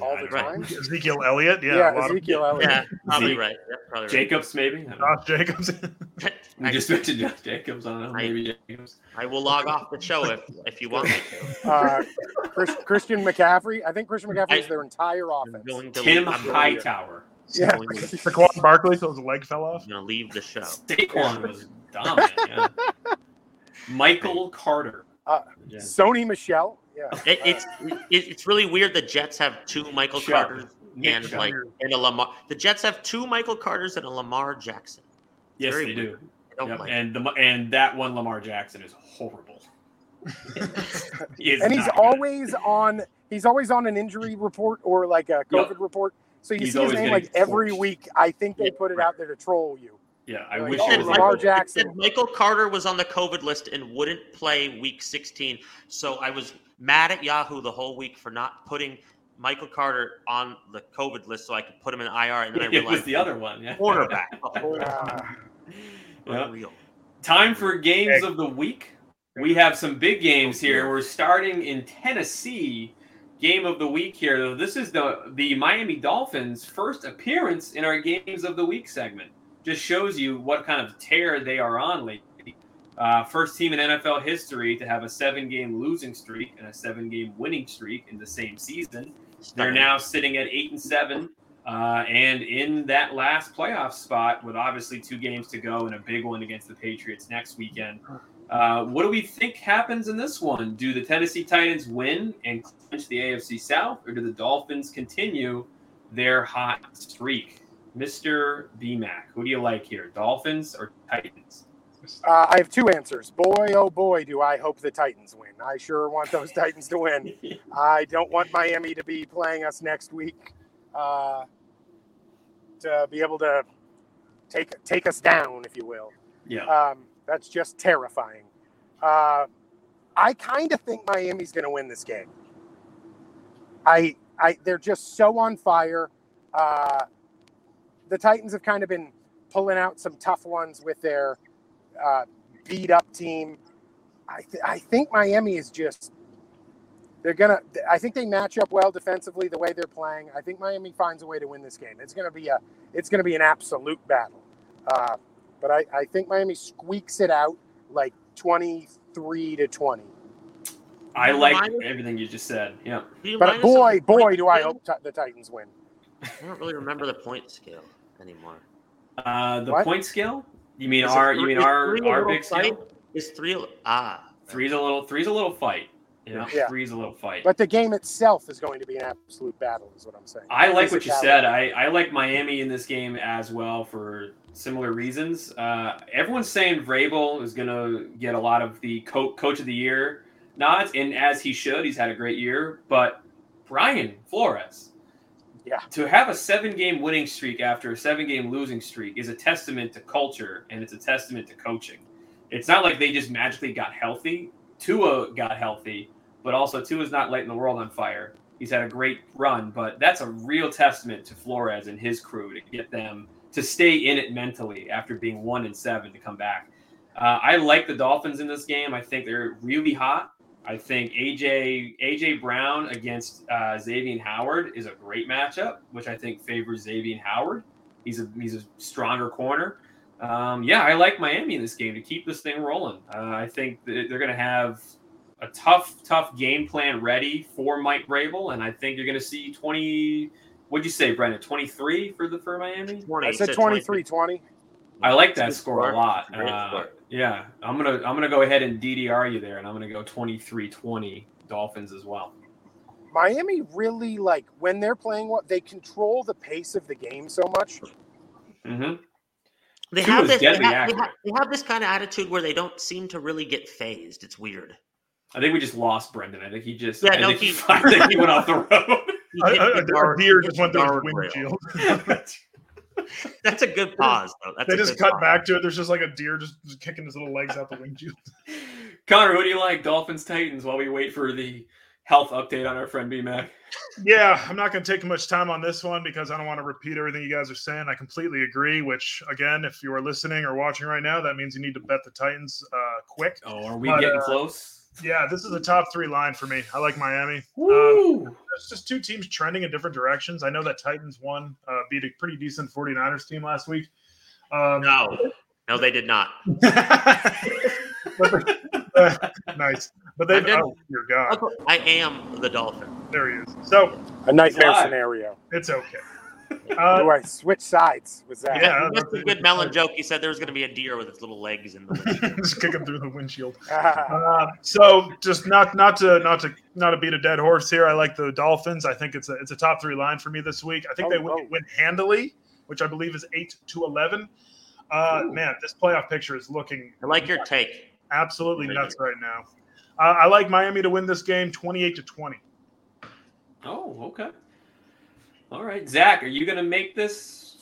All the time.
Right.
<laughs>
Ezekiel Elliott. Yeah,
yeah Ezekiel
of,
Elliott.
Yeah, probably right. Yeah, probably
Jacobs,
right.
maybe.
Josh Jacobs. <laughs>
<laughs>
we just mentioned Josh Jacobs. I don't know. Maybe Jacobs.
I will log off the show if, if you
<laughs>
want me
to. Uh, Chris, Christian McCaffrey. I think Christian McCaffrey I, is their entire offense.
Going to Tim Hightower.
Yeah.
Saquon Barkley, so his leg fell off.
I'm gonna leave
<laughs>
the show.
Saquon was dominant. Yeah.
<laughs>
Michael Carter.
Uh, yeah. Sony Michelle. Yeah.
It, it's it, it's really weird. The Jets have two Michael sure. Carters Nick and Shire. like and a Lamar. The Jets have two Michael Carters and a Lamar Jackson.
It's yes, they weird. do.
Oh
Yep. Like and the and that one Lamar Jackson is
<laughs>
horrible.
he is and he's always good. on. He's always on an injury report or like a COVID yep. report. So you he's see his name like every torched. week. I think they put it out there to troll you.
Yeah, I like, wish
oh, Lamar Jackson.
Michael Carter was on the COVID list and wouldn't play Week 16, so I was mad at Yahoo the whole week for not putting Michael Carter on the COVID list so I could put him in IR.
<laughs>
And then I
it
realized
was the other one, yeah.
quarterback. uh, Unreal.
Time for games of the week. We have some big games here. We're starting in Tennessee. Game of the week here. This is the the Miami Dolphins' first appearance in our games of the week segment just shows you what kind of tear they are on lately. Uh, first team in NFL history to have a seven game losing streak and a seven game winning streak in the same season. They're now sitting at eight and seven uh, and in that last playoff spot with obviously two games to go and a big one against the Patriots next weekend. Uh, what do we think happens in this one? Do the Tennessee Titans win and clinch the AFC South, or do the Dolphins continue their hot streak? Mr. BMAC, who do you like here, Dolphins or Titans?
Uh, I have two answers. Boy, oh boy, do I hope the Titans win. I sure want those <laughs> Titans to win. <laughs> I don't want Miami to be playing us next week uh, to be able to take take us down, if you will.
Yeah,
um, that's just terrifying. Uh, I kind of think Miami's going to win this game. I, I, they're just so on fire Uh, the Titans have kind of been pulling out some tough ones with their uh, beat up team. I, th- I think Miami is just, they're going to, I think they match up well defensively the way they're playing. I think Miami finds a way to win this game. It's going to be a, it's going to be an absolute battle. Uh, but I, I think Miami squeaks it out like 23 to 20.
I like everything you just said. Yeah.
But boy, boy, do I hope t- the Titans win.
I don't really remember the point scale anymore.
Uh, the what? point scale? You mean is our? Three, you mean our? Our big fight?
Is three? Ah,
three's a little. Three's a little fight. Yeah,
Yeah.
three's a little fight.
But the game itself is going to be an absolute battle, is what I'm saying.
I like what you
Physicality.
said. I, I like Miami in this game as well for similar reasons. Uh, everyone's saying Vrabel is going to get a lot of the co- coach of the year nods, and as he should, he's had a great year. But Brian Flores,
Yeah.
to have a seven game winning streak after a seven game losing streak is a testament to culture and it's a testament to coaching. It's not like they just magically got healthy. Tua got healthy, but also Tua's not lighting the world on fire. He's had a great run, but that's a real testament to Flores and his crew to get them to stay in it mentally after being one and seven to come back. Uh, I like the Dolphins in this game. I think they're really hot. I think AJ AJ Brown against uh, Xavier Howard is a great matchup, which I think favors Xavier Howard. He's a he's a stronger corner. Um, yeah, I like Miami in this game to keep this thing rolling. Uh, I think that they're going to have a tough, tough game plan ready for Mike Rabel, and I think you're going to see 20. What'd you say, Brendan? 23 for the for Miami.
20,
I
he
said 23 20.
I like that
Good
score
score.
a lot.
Great
Uh,
score.
yeah, I'm gonna I'm gonna go ahead and DDR you there, and I'm gonna go 23-20 Dolphins as well.
Miami really, like, when they're playing what they control the pace of the game so much.
hmm
They
Two
have,
is
this, they,
deadly
have, they,
accurate.
have, they have this kind of attitude where they don't seem to really get phased. It's weird.
I think we just lost Brendan. I think he just
Yeah,
I,
no,
think,
he-
I think he <laughs> went
<laughs>
off the road.
He
A,
hit
a-
the
a- a
guard-
deer
he
just
hit the
went through his
guardrail.
windshield.
That's a good pause, though. That's
they
a
just
good
cut
pause.
back to it. There's just like a deer just, just kicking his little legs out the windshield.
<laughs> Connor, who do you like? Dolphins Titans while we wait for the health update on our friend B Mac.
Yeah, I'm not going to take much time on this one because I don't want to repeat everything you guys are saying. I completely agree. Which, again, if you are listening or watching right now, that means you need to bet the Titans uh, quick.
Oh, are we
But,
uh,
getting close?
Yeah, this is a top three line for me. I like Miami.
<laughs>
Woo!
It's just two teams trending in different directions. I know that Titans won, uh, beat a pretty decent 49ers team last week. Um,
No, no, they
<laughs>
did not.
nice, but
I
they. <laughs>
didn't-
Oh, dear God,
I am the dolphin.
there he is. So
A nightmare
Why?
scenario.
it's okay. Uh,
Do I switch sides with that?
Yeah,
Yeah, that's
that's
a
it.
good melon joke. He said there was going to be a deer with its little legs in the wind.
Uh, <laughs> just kicking through the windshield. Uh,
Um,
so just not not to not to not to beat a dead horse here. I like the Dolphins. I think it's a it's a top three line for me this week. I think
Oh,
they win,
oh.
win handily, which I believe is eight to eleven. Uh,
Ooh.
man, this playoff picture is looking
I like your take.
absolutely nuts right now. Uh, I like Miami to win this game, twenty-eight to twenty.
Oh, okay. All right, Zach, are you gonna make this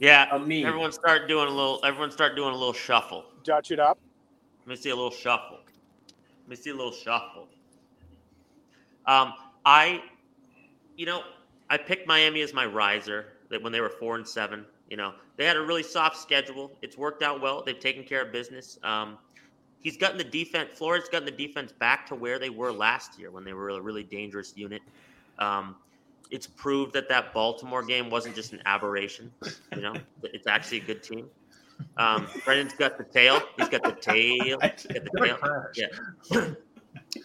Yeah,
<laughs> a meme?
everyone start doing a little. Everyone start doing a little shuffle.
<laughs> Dutch it up.
Let me see a little shuffle. Let me see a little shuffle. Um, I, you know, I picked Miami as my riser that when they were four and seven. You know, they had a really soft schedule. It's worked out well. They've taken care of business. Um, he's gotten the defense. Flores gotten the defense back to where they were last year when they were a really dangerous unit. Um, it's proved that that Baltimore game wasn't just an aberration. You know, it's actually a good team. Um, Brendan's got the tail. He's got the tail. He's got the tail.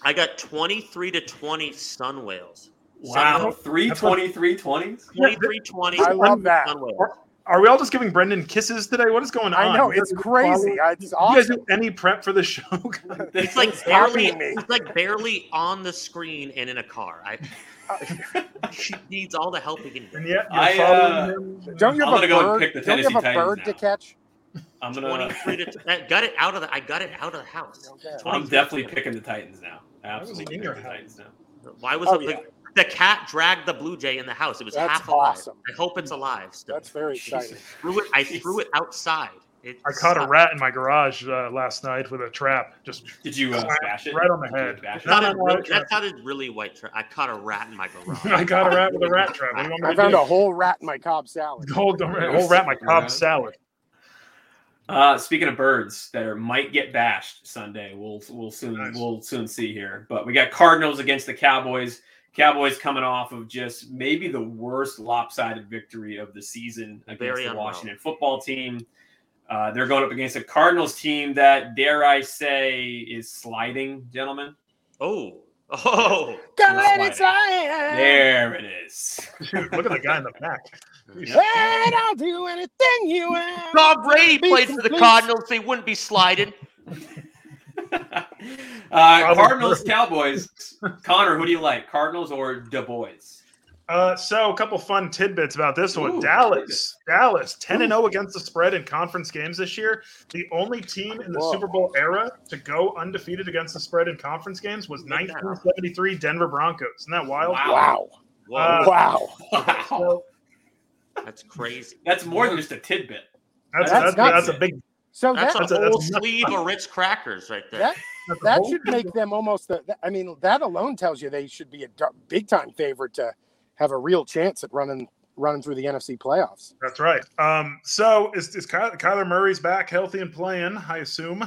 I got 23 to 20 Sun Whales.
Wow, three twenty-three twenties.
23 20
I love that.
Sun Whales.
Are we all just giving Brendan kisses today? What is going on?
I know.
You
It's
guys-
crazy. I- It's
You guys
awesome.
do any prep for the show? <laughs>
It's like barely,
Copying me.
it's like barely on the screen and in a car. I,
<laughs>
she needs all the help we can
And yet,
get.
you're
I, uh,
following him.
Don't you
I'm
have
gonna
a
go and
bird?
pick the
don't you have a
Tennessee Titans
bird to
now.
catch?
<laughs> I'm
uh,
gonna.
23 to I got it out of the I got it out of the house.
Okay.
I'm definitely picking the Titans now.
was
Absolutely,
in your
picking the
house.
Titans now.
Why was
Oh,
it
yeah.
the cat dragged the blue jay in the house? It was
That's
half alive.
awesome.
I hope it's alive still.
That's
<laughs>
very exciting.
threw it, I threw it outside. It
I caught a
sucked.
rat in my garage uh, last night with a trap. Just
Did you uh, bash it?
Right on the
Did you
head.
bash it?
No, no,
That sounded
no,
really-
I-
that sounded really white. Tra- I caught a rat
<laughs>
in my garage.
I got a rat with a rat trap. What do you want me
I
to
found
do?
a whole rat in my cob
<laughs>
salad.
whole, a whole rat in my cob salad.
Uh, speaking of birds that are might get bashed Sunday, we'll we'll soon
Nice.
we'll soon see here. But we got Cardinals against the Cowboys. Cowboys coming off of just maybe the worst lopsided victory of the season against
Very
the
unwell.
Washington football team. Uh, they're going up against a Cardinals team that, dare I say, is sliding, gentlemen.
Oh, oh,
Got it,
Got
it's There it is.
Dude, look at the guy in the back.
And I'll do anything you ask.
Tom Brady
Be
played for the
<laughs>
complete.
Cardinals. They wouldn't be sliding.
Uh, Cardinals, Cowboys. Connor, who do you like? Cardinals or Du Bois?
Uh, so a couple fun tidbits about this one.
Ooh,
Dallas, Dallas, 10 and 0 against the spread in conference games this year. The only team in the
Whoa.
Super Bowl era to go undefeated against the spread in conference games was 1973 Denver Broncos. Isn't that wild?
Wow.
Whoa,
Uh,
wow.
Wow.
So
that's crazy.
That's more than just a tidbit.
that's,
That's
that's, that's, a
nuts.
big.
So
Oh, That's
that,
a
that's-
whole
that's-
sleeve of Ritz crackers right there.
that
that's a
that
whole-
should make them almost. A, I mean, that alone tells you they should be a big time favorite to have a real chance at running running through the NFC playoffs.
That's right. Um, so is, is Kyler, Kyler Murray's back, healthy and playing? I assume.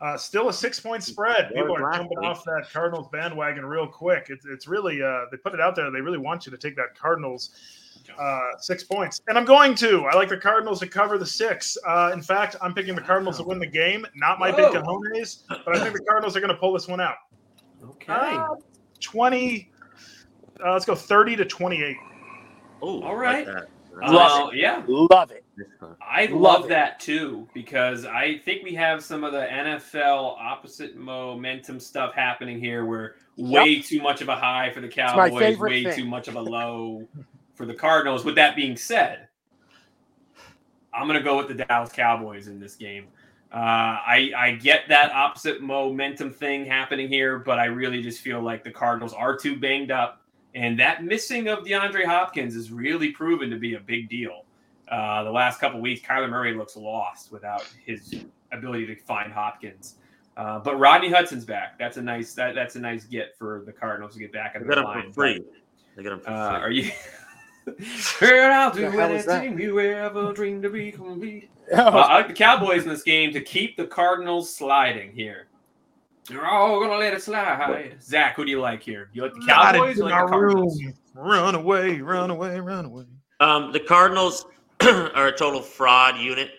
Uh, still a six-point spread.
Yeah,
People are
last
jumping
week.
off that Cardinals bandwagon real quick. It's it's really uh, they put it out there. They really want you to take that Cardinals uh, six points, and I'm going to. I like the Cardinals to cover the six. Uh, in fact, I'm picking the Cardinals to win the game. Not my
Whoa.
big cojones, but I think the Cardinals are going to pull this one out.
Okay.
Uh, Twenty. Uh, let's go thirty to twenty-eight.
Ooh,
All
I
right.
like that. That's
well, yeah.
Love it. <laughs>
awesome.
I love,
Love it.
that too because I think we have some of the NFL opposite momentum stuff happening here where way too much of a high for the
my
Cowboys,
favorite
way
thing.
too much of a low for the Cardinals. With that being said, I'm going to go with the Dallas Cowboys in this game. Uh, I, I get that opposite momentum thing happening here, but I really just feel like the Cardinals are too banged up. And that missing of DeAndre Hopkins is really proven to be a big deal. Uh, the last couple weeks, Kyler Murray looks lost without his ability to find Hopkins. Uh, but Rodney Hudson's back. That's a nice that, that's a nice get for the Cardinals to get back in
They
the
got
line.
him for free. They got him for
Uh,
free.
are you? <laughs> Girl, I'll do
The hell is that?
anything you ever dreamed to be complete. Uh,
Oh,
I like the Cowboys in this game to keep the Cardinals sliding here. They're all gonna let it slide. Zach, who do you like here? You like the Cowboys or like the Cardinals?
Run away, run away, run away.
Um, the Cardinals <clears throat> are a total fraud unit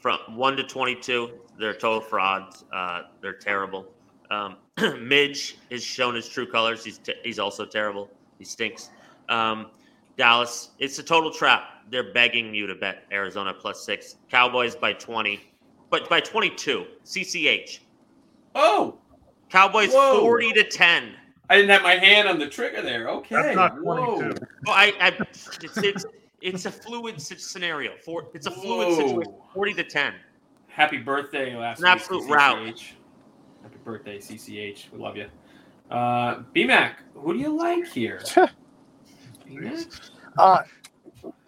from one to twenty-two. They're total frauds. Uh, they're terrible. Um, <clears throat> Midge is shown his true colors. He's t- he's also terrible. He stinks. Um, Dallas, it's a total trap. They're begging you to bet Arizona plus six. Cowboys by twenty, but by twenty-two. CCH.
Oh,
Cowboys
Whoa.
forty to ten.
I didn't have my hand on the trigger there. Okay,
That's not
Whoa.
22.
Oh, I, I it's, it's it's a fluid si- scenario. For it's a fluid
Whoa.
situation. Forty to ten.
Happy birthday last
An
week.
absolute
CCH.
rout.
Happy birthday, CCH. We love you. Uh, BMAC, who do you like
<laughs>
here? BMAC?
uh,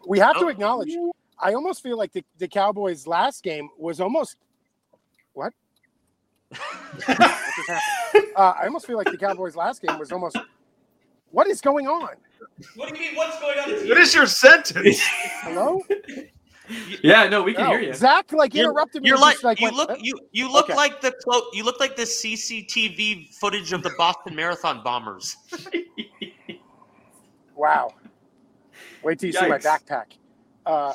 we have to
Oh.
acknowledge. I almost feel like the, the Cowboys' last game was almost
<laughs>
what? What just happened? uh, I almost feel like the Cowboys' last game was almost. What is going on?
What do you mean? What's going on?
What is
<laughs>
your sentence?
Hello,
Yeah, no, we can
No.
hear you.
Zach. Like
You're-
interrupted me.
You're
and
like,
just, like
you
went,
look
"Huh?"
you you look
Okay.
like the clo- you look like the CCTV footage of the Boston Marathon bombers.
Wow. Wait till you see my
Yikes.
backpack. Uh,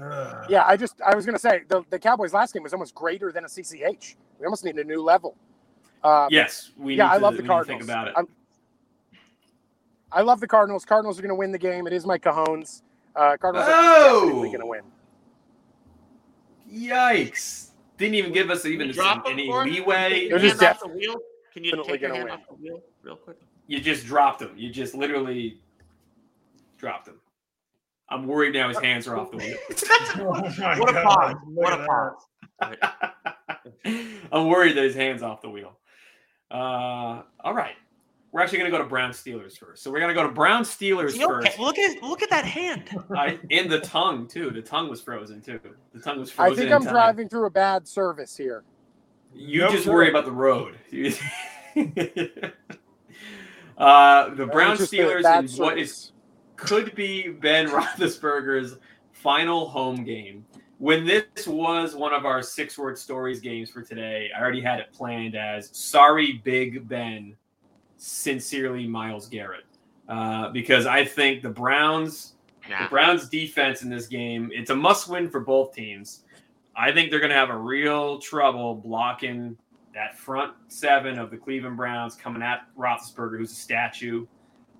Uh,
yeah, I just I was gonna say the, the Cowboys' last game was almost greater than a CCH. We almost need a new level. Uh,
<laughs> Yes, we
yeah,
need
I
to-
love
we
the
need to
Cardinals.
Think about it.
I'm- I love the Cardinals. Cardinals are going to win the game. It is my Cajones. Uh, Cardinals
Oh!
are definitely going to win.
Yikes! Didn't even give us even some,
Drop 'em
any
for it?
leeway.
They're
Can you
just
take your hand off the wheel? Can you
definitely
take your
gonna
hand
win.
off the wheel real quick?
You just dropped him. You just literally dropped him. I'm worried now. His hands are off the wheel.
<laughs> oh my
What a
God,
pause!
look
What
at
a
that.
pause!
<laughs> I'm worried that his hands off the wheel. Uh, all right, we're actually gonna go to Brown Steelers first. So we're gonna go to Brown Steelers
You okay?
first.
Look at look at
<laughs>
that hand.
I, and the tongue too. The tongue was frozen too. The tongue was frozen.
I think
in
I'm
time.
driving through a bad service here.
You
Nope.
just worry about the road. <laughs> uh, the Brown
It's just been a
Steelers
bad
and what
service.
is could be Ben <laughs> Roethlisberger's final home game. When this was one of our six word stories games for today, I already had it planned as sorry, Big Ben, sincerely, Miles Garrett. Uh, because I think the Browns the
Nah.
Browns defense in this game, it's a must win for both teams. I think they're going to have a real trouble blocking that front seven of the Cleveland Browns coming at Roethlisberger, who's a statue.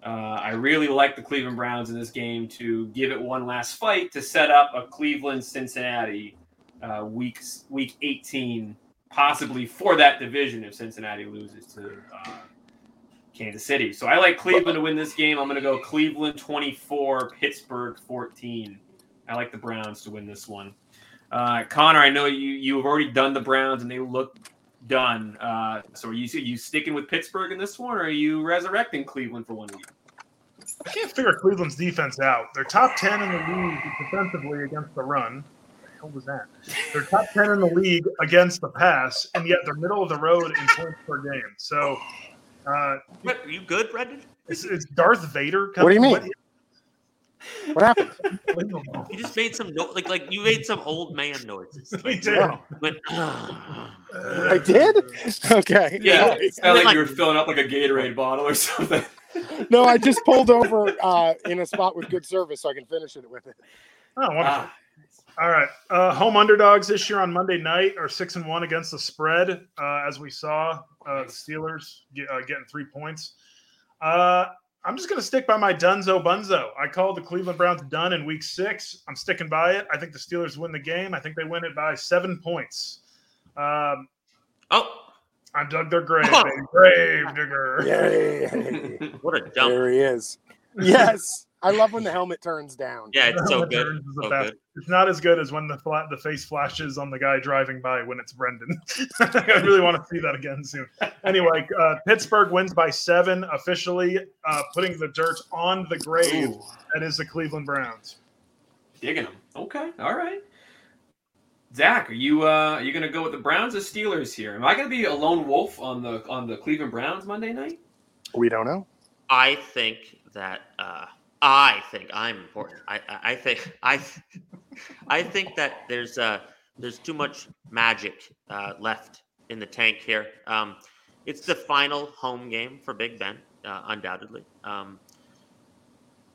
Uh, I really like the Cleveland Browns in this game to give it one last fight to set up a Cleveland Cincinnati uh, week week 18 possibly for that division if Cincinnati loses to uh, Kansas City. So I like Cleveland to win this game. I'm going to go Cleveland 24, Pittsburgh 14. I like the Browns to win this one. Uh, Connor, I know you you have already done the Browns and they look done. Uh, so are you are you sticking with Pittsburgh in this one, or are you resurrecting Cleveland for one week?
I can't figure Cleveland's defense out. They're top ten in the league defensively against the run. What was that? They're top ten in the league against the pass, and yet they're middle of the road in points per game. So, uh,
Bre- Are you good, Brendan?
is, is Darth Vader?
What do you mean?
coming?
What happened?
<laughs> Unbelievable.
You just made some no- like like you made some old man noises.
He
Like,
did.
Yeah.
<sighs> went, "Ah."
I did?
<laughs>
Okay.
Yeah, it sounded like
Like-
you were filling up like a Gatorade bottle or something.
No, I just pulled over uh, in a spot with good service so I can finish it with it.
Oh,
Uh,
wonderful.
Ah,
All right. Uh, home underdogs this year on Monday night are six and one against the spread, uh, as we saw uh, the Steelers get, uh, getting three points. Uh, I'm just going to stick by my Dunzo Bunzo. I called the Cleveland Browns done in week six. I'm sticking by it. I think the Steelers win the game. I think they win it by seven points. Um,
oh,
I'm dug their grave, baby. grave digger.
Yay.
what a jump!
There he is. Yes. I love when the helmet turns down.
Yeah,
<laughs>
it's so good.
Returns is the
So
best.
good.
It's not as good as when the flat, the face flashes on the guy driving by when it's Brendan. <laughs> I really want to see that again soon. Anyway, uh, Pittsburgh wins by seven officially, uh, putting the dirt on the grave
ooh,
that is the Cleveland Browns.
digging them. Okay, all right. Zach, are you uh, are you gonna go with the Browns or Steelers here? Am I gonna be a lone wolf on the on the Cleveland Browns Monday night?
We don't know.
I think that uh, I think I'm important. I, I, I think <laughs> I I think that there's uh, there's too much magic uh, left in the tank here. Um, it's the final home game for Big Ben, uh, undoubtedly. Um,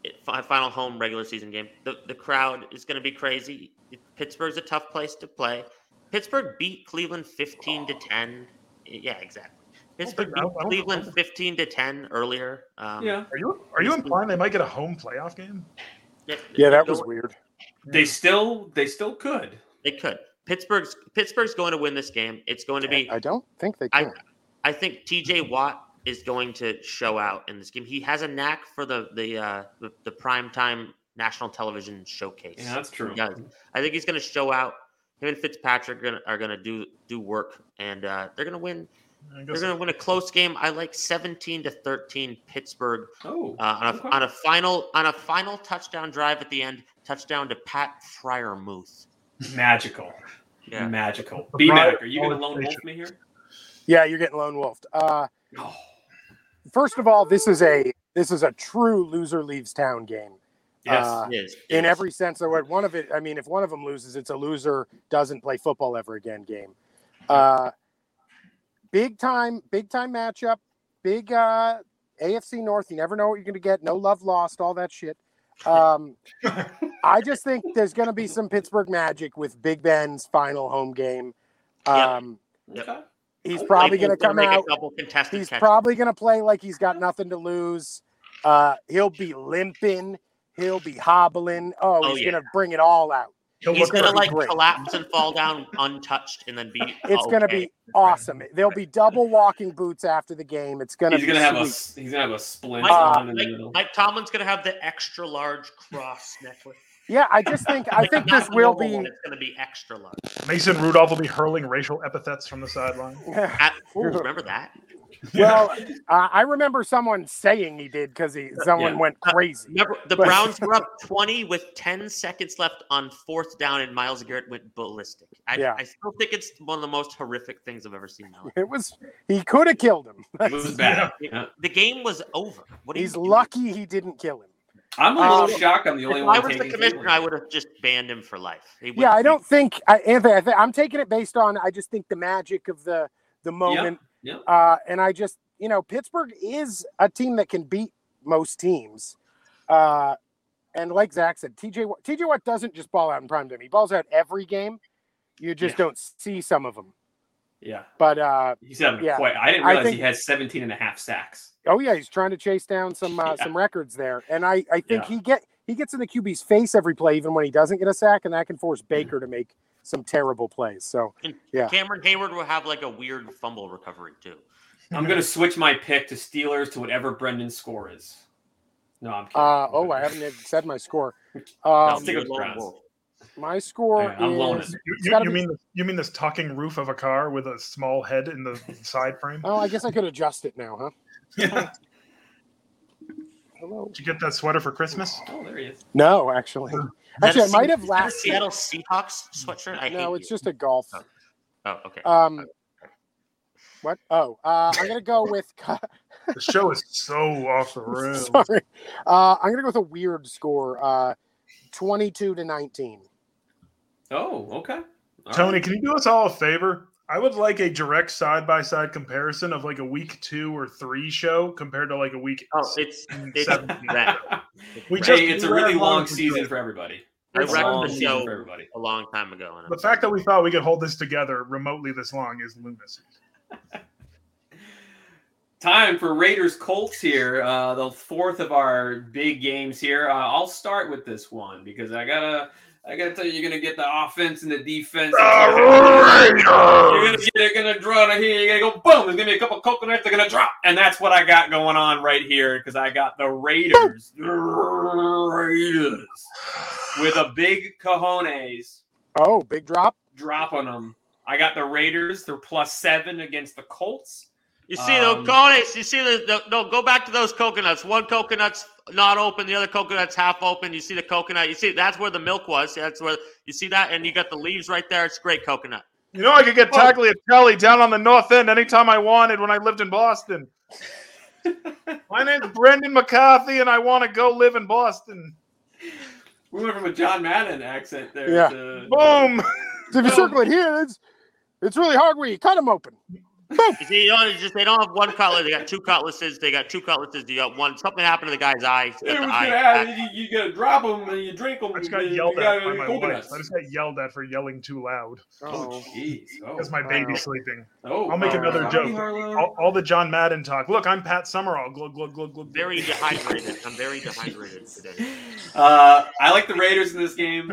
it, fi- final home regular season game. The the crowd is going to be crazy. Pittsburgh's a tough place to play. Pittsburgh beat Cleveland 15 to 10. Yeah, exactly. Pittsburgh
think- I
beat
don't- I don't-
Cleveland 15 to 10 earlier. Um,
Yeah,
Are you are you implying they might get a home playoff game?
it-
Yeah, that
go-
was weird.
they still they still could.
They could. Pittsburgh's Pittsburgh's going to win this game. It's going to be.
I Mm-hmm. don't think they
I-
can.
I think T.J. Watt is going to show out in this game. He has a knack for the the uh, the, the prime time national television showcase.
Yeah, that's true.
He does. I think he's going to show out. Him and Fitzpatrick are going to, are going to do do work, and uh, they're going to win.
I
They're
guess
going to win a close game. I like seventeen to thirteen Pittsburgh
Oh,
uh, on, a,
okay.
on a final on a final touchdown drive at the end. Touchdown to Pat Fryermuth.
magical,
Mm,
Yeah.
magical.
The
B Mac,
Browns-
are you gonna lone wolf
Station.
me here?
Yeah, you're getting lone wolfed. Uh,
Oh,
first of all, this is a this is a true loser leaves town game.
yes.
Uh,
Yes,
in
yes.
every sense of what one of it i mean if one of them loses it's a loser doesn't play football ever again game uh big time big time matchup big uh afc north you never know what you're gonna get no love lost all that shit um
<laughs>
i just think there's gonna be some pittsburgh magic with big ben's final home game um
Yep.
Okay.
he's probably gonna
Claypool's
come
make a
out
couple contested
he's
catches.
probably going to play like he's got nothing to lose. Uh, he'll be limping. He'll be hobbling. Oh,
Oh,
he's
yeah.
going to bring it all out.
he'll
He's
look
gonna
like-
like
great.
collapse and fall down untouched, and then be.
<laughs> It's going to be awesome. There'll be double walking boots after the game. It's going to
He's
be
gonna have a
sweet.
he's gonna have a splint
Mike-
on in the
Mike-
middle.
Mike Tomlin's gonna have the extra large cross necklace.
Yeah, I just think I
Like,
think
not
this will
normal
be
one, It's gonna be extra large.
Mason Rudolph will be hurling racial epithets from the sideline.
<laughs>
At, ooh, remember that?
<laughs> well. Uh, I remember someone saying he did because he someone
Yeah. Uh,
went crazy.
Remember the
But-
Browns were up twenty with ten seconds left on fourth down, and Miles Garrett went ballistic. I,
Yeah.
I still think it's one of the most horrific things I've ever seen in my life.
It was he could have killed him.
It
<laughs>
was bad. Yeah.
The game was over. What do you
<laughs> He's
do?
lucky he didn't kill him.
I'm a
Um,
little shocked. I'm the
If
only
I
one
was the
taking
commissioner,
Cleveland.
I would have just banned him for life. He
Yeah,
wouldn't
I
be-
don't think I, Anthony. I th- I'm taking it based on. I just think the magic of the the moment.
yeah.
Uh, and I just you know Pittsburgh is a team that can beat most teams. Uh, and like Zach said, TJ Watt, TJ Watt doesn't just ball out in prime time. He balls out every game. You just
Yeah.
don't see some of them.
Yeah.
But uh,
He's having
Yeah.
quite. I didn't
I
realize
think-
he had 17 and a half sacks.
oh yeah, he's trying to chase down some uh,
Yeah.
some records there. And I I think
Yeah.
he get he gets in the QB's face every play, even when he doesn't get a sack, and that can force
Mm-hmm.
Baker to make some terrible plays. So
And
Yeah.
Cameron Hayward will have like a weird fumble recovery too.
I'm
<laughs>
going to switch my pick to Steelers to whatever Brendan's score is. No, I'm kidding.
uh, oh, I haven't even said my score.
I'll
I'll
Um,
stick
stick
with
with
Browns.
Wolf.
my score
Yeah, I'm blowing
is.
it.
<laughs> You,
It's
you,
gotta
you
be-
mean you mean this talking roof of a car with a small head in the side frame?
Oh, I guess I could adjust it now, huh?
Yeah.
Hello.
Did you get that sweater
<laughs>
for Christmas?
Oh, there he is.
No, actually, actually, I
Is that a
might have
Se- is that a
last.
Seattle Seahawks sweatshirt. I
No,
hate
it's
you.
just a golf.
Oh. Oh, okay.
Um, what? Oh, uh, I'm gonna go with. <laughs>
The show is so off the rails.
Sorry, uh, I'm gonna go with a weird score. Uh, 22 to 19.
Oh, okay. All
Tony,
right.
can you do us all a favor? I would like a direct side by side comparison of like a week two or three show compared to like a week.
Oh,
<laughs>
it's it's
Seven. <laughs>
that.
We
hey, it's a
we
really
ran
long
for
season
sure.
for everybody.
I
It's a
wrecked
long
the
season
show.
for everybody.
a long time ago. And I'm
The fact that we thought we could hold this together remotely this long is lunacy.
Time for Raiders Colts here. Uh, the fourth of our big games here. Uh, I'll start with this one because I gotta, I gotta tell you, you're gonna get the offense and the defense. You're gonna get it, gonna draw it here. You're gonna go boom. There's gonna be a couple coconuts. They're gonna drop, and that's what I got going on right here because I got the Raiders, Raiders, with a big cojones
Oh, big <laughs> drop.
dropping them. I got the Raiders. They're plus seven against the Colts.
you see
um,
those coconuts. You see the, the no. Go back to those coconuts. One coconut's not open. The other coconut's half open. You see the coconut. You see that's where the milk was. That's where you see that, and you got the leaves right there. It's great coconut.
You know, I could get
Oh.
Tagliatelle down on the north end anytime I wanted when I lived in
<laughs>
Boston. My name's Brendan McCarthy, and I want to go live in Boston.
We went from a John Madden accent there.
Yeah.
To,
Boom!
So if you circle it here, it's it's really hard where you cut them open.
You see, you know, it's just they don't have one cutlet. They got two cutlasses. They got two cutlasses. They got one. Something happened to the guy's eye. He's got
It
the
was
eye
gonna
back.
happen. You, you gotta drop them and you drink them.
I just got yelled at by my wife. I just got yelled at for yelling too loud
Oh,
Oh,
jeez. Oh,
because my
Wow.
baby's sleeping.
oh,
I'll make
wow.
another
Sorry,
joke.
Harlow.
All, all the John Madden talk. Look, I'm Pat Summerall. Glug glug glug glug.
Very dehydrated. I'm very
<laughs>
dehydrated today.
<laughs> Uh, I like the Raiders in this game.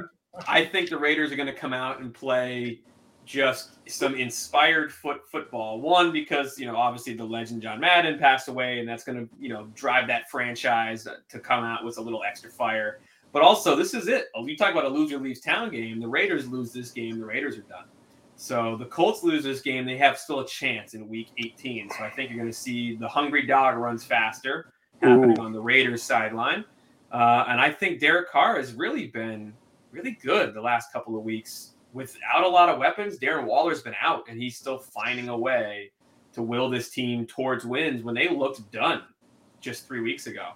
I think the Raiders are going to come out and play just some inspired foot football. One because you know obviously the legend John Madden passed away, and that's going to you know drive that franchise to come out with a little extra fire. But also this is it. You talk about a loser leaves town game. The Raiders lose this game. The Raiders are done. So the Colts lose this game. They have still a chance in Week 18. So I think you're going to see the hungry dog runs faster happening
Ooh.
on the Raiders sideline. Uh, and I think Derek Carr has really been really good the last couple of weeks without a lot of weapons. Darren Waller's been out, and he's still finding a way to will this team towards wins when they looked done just three weeks ago.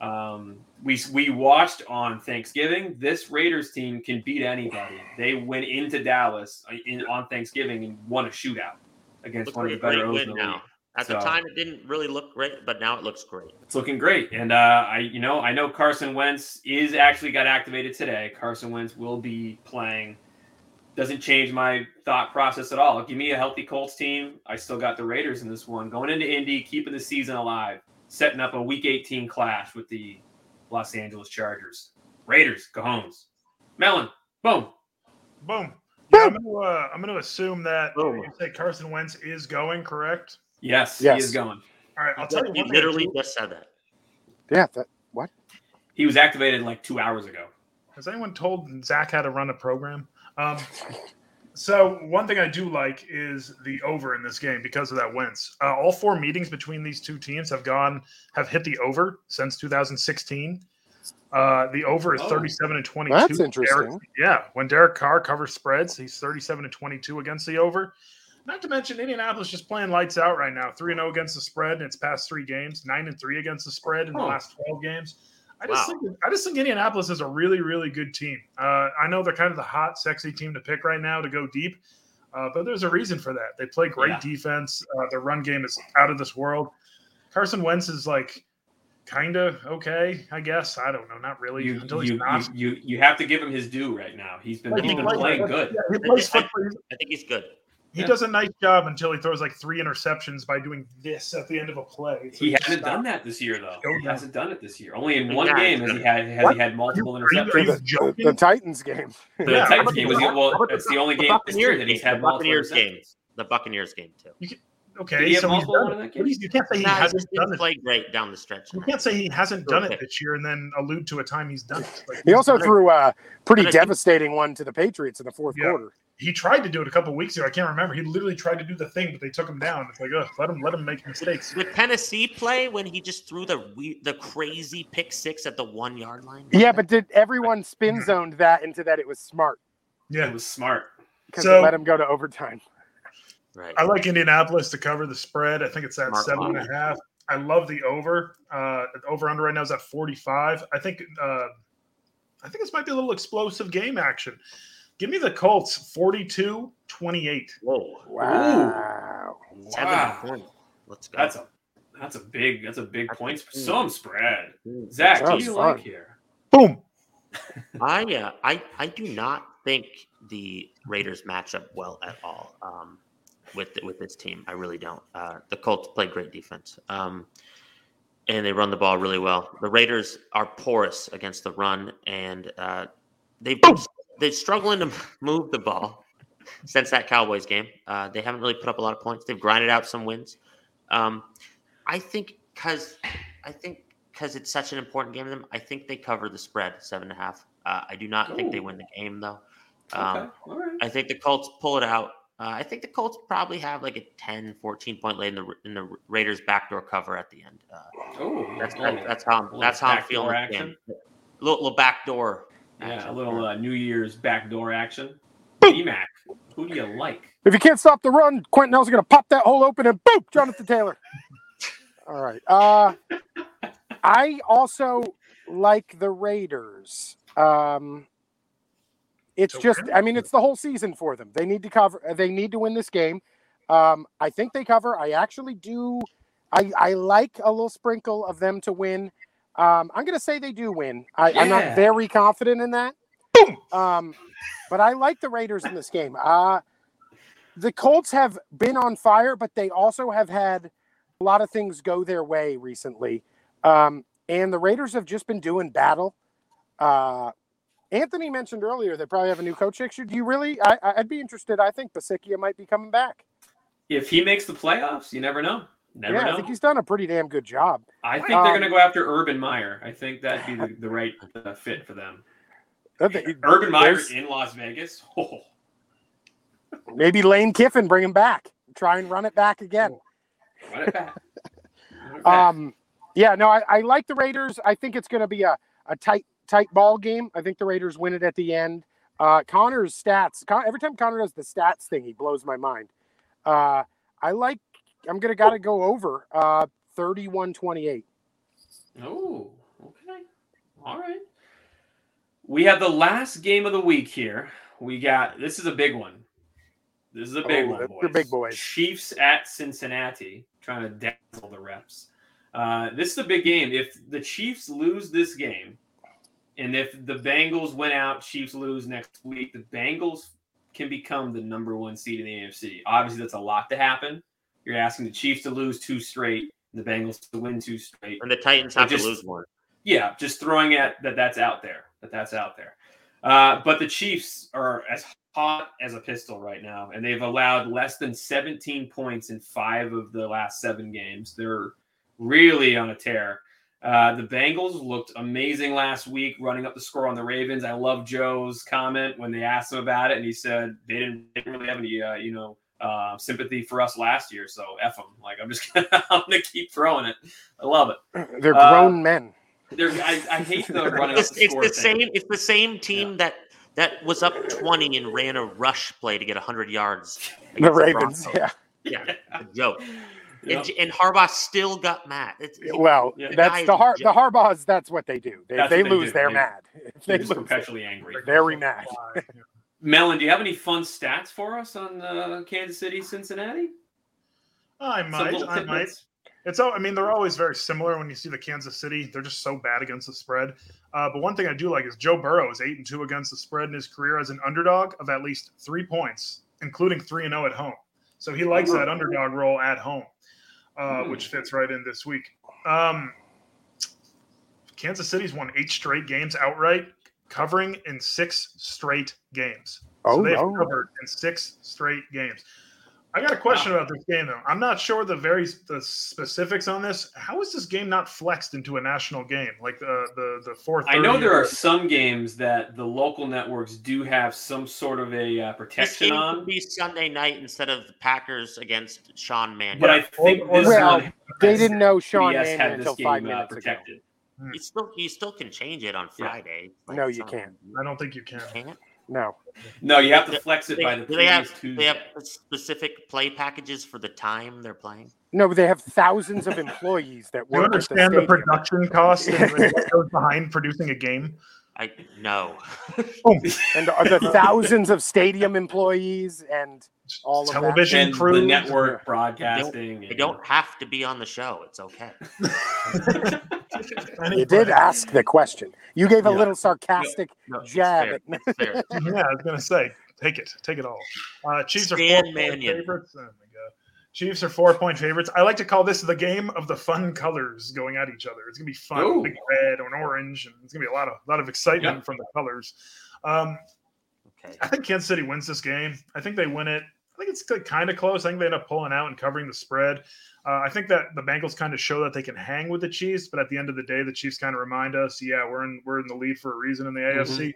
Um, we we watched on Thanksgiving. This Raiders team can beat anybody. They went into Dallas uh, in, on Thanksgiving and won a shootout against
Looks
one
like
of
a
the better
great
O's in
win
the league.
now. At the
So-
time, it didn't really look great, but now it looks great.
It's looking great, and uh, I, you know, I know Carson Wentz is actually got activated today. Carson Wentz will be playing. Doesn't change my thought process at all. Give me a healthy Colts team. I still got the Raiders in this one. Going into Indy, keeping the season alive, setting up a Week 18 clash with the Los Angeles Chargers. Raiders, Cajones, Melon, boom.
Boom. Yeah, I'm, gonna, uh, I'm gonna assume that
Boom.
you say Carson Wentz is going correct.
Yes,
Yes.
he is going.
All right, I'll tell you.
He
One
literally
thing.
just said that.
yeah. That,
He was activated like two hours ago.
Has anyone told Zach how to run a program? Um, so one thing I do like is the over in this game because of that Wentz. Uh, all four meetings between these two teams have gone have hit the over since 2016. Uh, the over is
Oh.
37 and 22.
that's
Derek-
interesting.
yeah, when Derek Carr covers spreads, he's 37 and 22 against the over. Not to mention Indianapolis just playing lights out right now, 3 and 0 against the spread in its past 3 games, 9 and 3 against the spread in the
Huh.
last 12 games. I just
Wow.
think I just think Indianapolis is a really really good team. Uh, I know they're kind of the hot sexy team to pick right now to go deep. Uh, but there's a reason for that. They play great
Yeah.
defense. Uh, their run game is out of this world. Carson Wentz is like kind of okay, I guess. I don't know, not really
You,
until he's
you,
not.
you, you, you have to give him his due right now. He's been,
Like,
he's
he
been
plays-
playing good.
Yeah, he plays
I-
football.
I think he's good.
He does a nice job until he throws like three interceptions by doing this at the end of a play.
He hasn't done that this year, though. He hasn't done it this year. Only in one game has he had has he had multiple
Are you- are you
interceptions.
The,
joking?
the Titans game.
The
Yeah.
Titans game was the- well, that's the only game this year that he's had
the
multiple
Buccaneers
interceptions.
game. The Buccaneers game too.
Did
Okay,
he have
so he's
multiple
done
one
it.
in that
What do
game?
you- You can't say he
Nah,
hasn't
didn't
done it.
play great down the stretch.
You can't say he hasn't done it
Okay.
this year and then allude to a time he's done it. Like,
He also threw a pretty
But I think-
devastating one to the Patriots in the fourth
Yeah.
quarter.
He tried to do it a couple weeks ago. I can't remember. He literally tried to do the thing, but they took him down. It's like, ugh, let him let him make mistakes.
The Tennessee play when he just threw the we- the crazy pick six at the one yard line.
Yeah, but did everyone spin zoned that into that it was smart
It
Yeah,
was smart.
because
So-
it let him go to overtime?
right.
I like Indianapolis to cover the spread. I think it's at
Smart
seven and a half.
line.
I love the over. Uh, over under right now is at forty five. I think. Uh, I think this might be a little explosive game action. Give me the Colts 42-28.
Whoa,
Wow.
seven
Wow.
points. Let's go.
That's a that's a big that's a big
That's
points
a-
some spread. Zach,
That
do
was
you
fun.
like here?
Boom.
I uh, I I do not think the Raiders match up well at all um, with with this team. I really don't. Uh, the Colts play great defense, um, and they run the ball really well. The Raiders are porous against the run, and uh, they've they're struggling to <laughs> move the ball since that Cowboys game. Uh, they haven't really put up a lot of points. They've grinded out some wins. Um, I think because I think because it's such an important game to them. I think they cover the spread seven and a half. Uh, I do not think they
Ooh.
win the game though.
Okay.
Um,
All right.
I think the Colts pull it out. Uh, I think the Colts probably have like a 10, 14 point lead in the in the Raiders backdoor cover at the end. Uh,
Oh,
that's
oh,
that's how I'm,
little
that's how I'm
backdoor
feeling. this
action?
game. Little, little backdoor.
yeah, a
action.
little uh, New Year's backdoor action. Emac, who do you like?
If you can't stop the run, Quentin Nels is going to pop that hole open and boop, Jonathan Taylor. All right. Uh, I also like the Raiders. Um, it's
So
just, I mean, it's the whole season for them. They need to cover. They need to win this game. Um, I think they cover. I actually do. I, I like a little sprinkle of them to win. Um, I'm going to say they do win. I, I'm
Yeah.
not very confident in that. Um, but I like the Raiders in this game. Uh, the Colts have been on fire, but they also have had a lot of things go their way recently. Um, and the Raiders have just been doing battle. Uh, Anthony mentioned earlier they probably have a new coach next year. Do you really? I, I- I'd be interested. I think Basicchia might be coming back.
If he makes the playoffs, you never know. Never
yeah,
know.
I think he's done a pretty damn good job.
they're
Um,
going to go after Urban Meyer. I think that'd be the, the right uh, fit for them.
Don't they-
Urban Meyer
there's-
in Las Vegas. <laughs> Oh,
Maybe Lane Kiffin bring him back. Try and run it back again.
run it back. Run it
<laughs>
back.
Um, yeah, no, I, I like the Raiders. I think it's going to be a, a tight, tight ball game. I think the Raiders win it at the end. Uh, Connor's stats. Con- every time Connor does the stats thing, he blows my mind. Uh, I like. I'm gonna gotta go over. Uh, 31-28.
Oh, okay. All right. We have the last game of the week here. We got this is a big one. This is a big
Oh,
one,
that's
boys.
the big boys.
Chiefs at Cincinnati, trying to dazzle the reps. Uh, this is a big game. If the Chiefs lose this game, and if the Bengals win out, Chiefs lose next week, the Bengals can become the number one seed in the AFC. Obviously, that's a lot to happen. You're asking the Chiefs to lose two straight, the Bengals to win two straight.
And the Titans
They
have
just-
to lose one.
Yeah, just throwing at that that's out there. That that's out there. Uh, but the Chiefs are as hot as a pistol right now, and they've allowed less than 17 points in five of the last seven games. They're really on a tear. Uh, the Bengals looked amazing last week, running up the score on the Ravens. I love Joe's comment when they asked him about it, and he said they didn't, they didn't really have any, uh, you know, uh, sympathy for us last year. So f them. Like I'm just, <laughs> gonna, I'm gonna keep throwing it. I love it.
They're
Uh,
grown men.
There's, I, I hate the running
It's,
up the
it's
score
the
thing.
same. It's the same team that that was up twenty and ran a rush play to get hundred yards.
<laughs> The
against
Ravens.
Broncos.
<laughs> Yeah.
Yeah, it's a joke.
Yeah.
And, and Harbaugh still got mad. It's,
Well,
Yeah.
that's the har- the Harbaughs. That's what they do. They,
That's
they
what they
lose,
do.
they're
They-
mad. <laughs> If
They're
they
just
lose,
perpetually angry.
very mad.
Melon, do you have any fun stats for us on uh, Kansas City, Cincinnati?
I
Some
might.
little
I might.
tidbits?
It's all. I mean, they're always very similar when you see the Kansas City. They're just so bad against the spread. Uh, but one thing I do like is Joe Burrow is eight and two against the spread in his career as an underdog of at least three points, including three and zero at home. So he likes that underdog role at home, uh, which fits right in this week. Um, Kansas City's won eight straight games outright, covering in six straight games.
Oh,
so they've
no.
covered in six straight games. I got a question about this game though. I'm not sure the very the specifics on this. How is this game not flexed into a national game like the the the fourth?
I know there are some games that the local networks do have some sort of a uh,
This
protection
game
on,
could be Sunday night instead of the Packers against Sean Man.
but I think
or- or-
this
Well,
one
They didn't know Sean
CBS
Mannion
had this
until five
game uh,
minutes ago.
protected.
you still you still can change it on Friday. Like,
Hmm. No, you
it's not-
can't.
I don't think you can.
You can't.
No.
No, you have to
They-
flex it
They,
by the
do they have
previous
do they have
Tuesday.
specific play packages for the time they're playing.
No, but they have thousands of employees that
Do you
work at the
understand the,
stadium.
production
<laughs>
cost and the- what goes behind producing a game?
I no.
and <laughs> the thousands of stadium employees and All of that.
television
And
crews.
the network broadcasting.
They don't have to be on the show. It's okay.
Anybody.
you did ask the question. You gave a
Yeah.
little sarcastic
No, it's
jab.
fair.
At me.
It's fair.
Yeah, I was gonna say, take it, take it all. Uh, Chiefs are
Stan
four point
Mannion.
favorites. Oh my god, Chiefs are four point favorites. I like to call this the game of the fun colors going at each other. It's gonna be fun,
Ooh.
big red and orange, and it's gonna be a lot of lot of excitement from the colors. Um,
<laughs>
Okay.
I think Kansas City wins this game. I think they win it. I think it's kind of close. I think they end up pulling out and covering the spread. Uh, I think that the Bengals kind of show that they can hang with the Chiefs, but at the end of the day, the Chiefs kind of remind us, yeah, we're in we're in the lead for a reason in the AFC.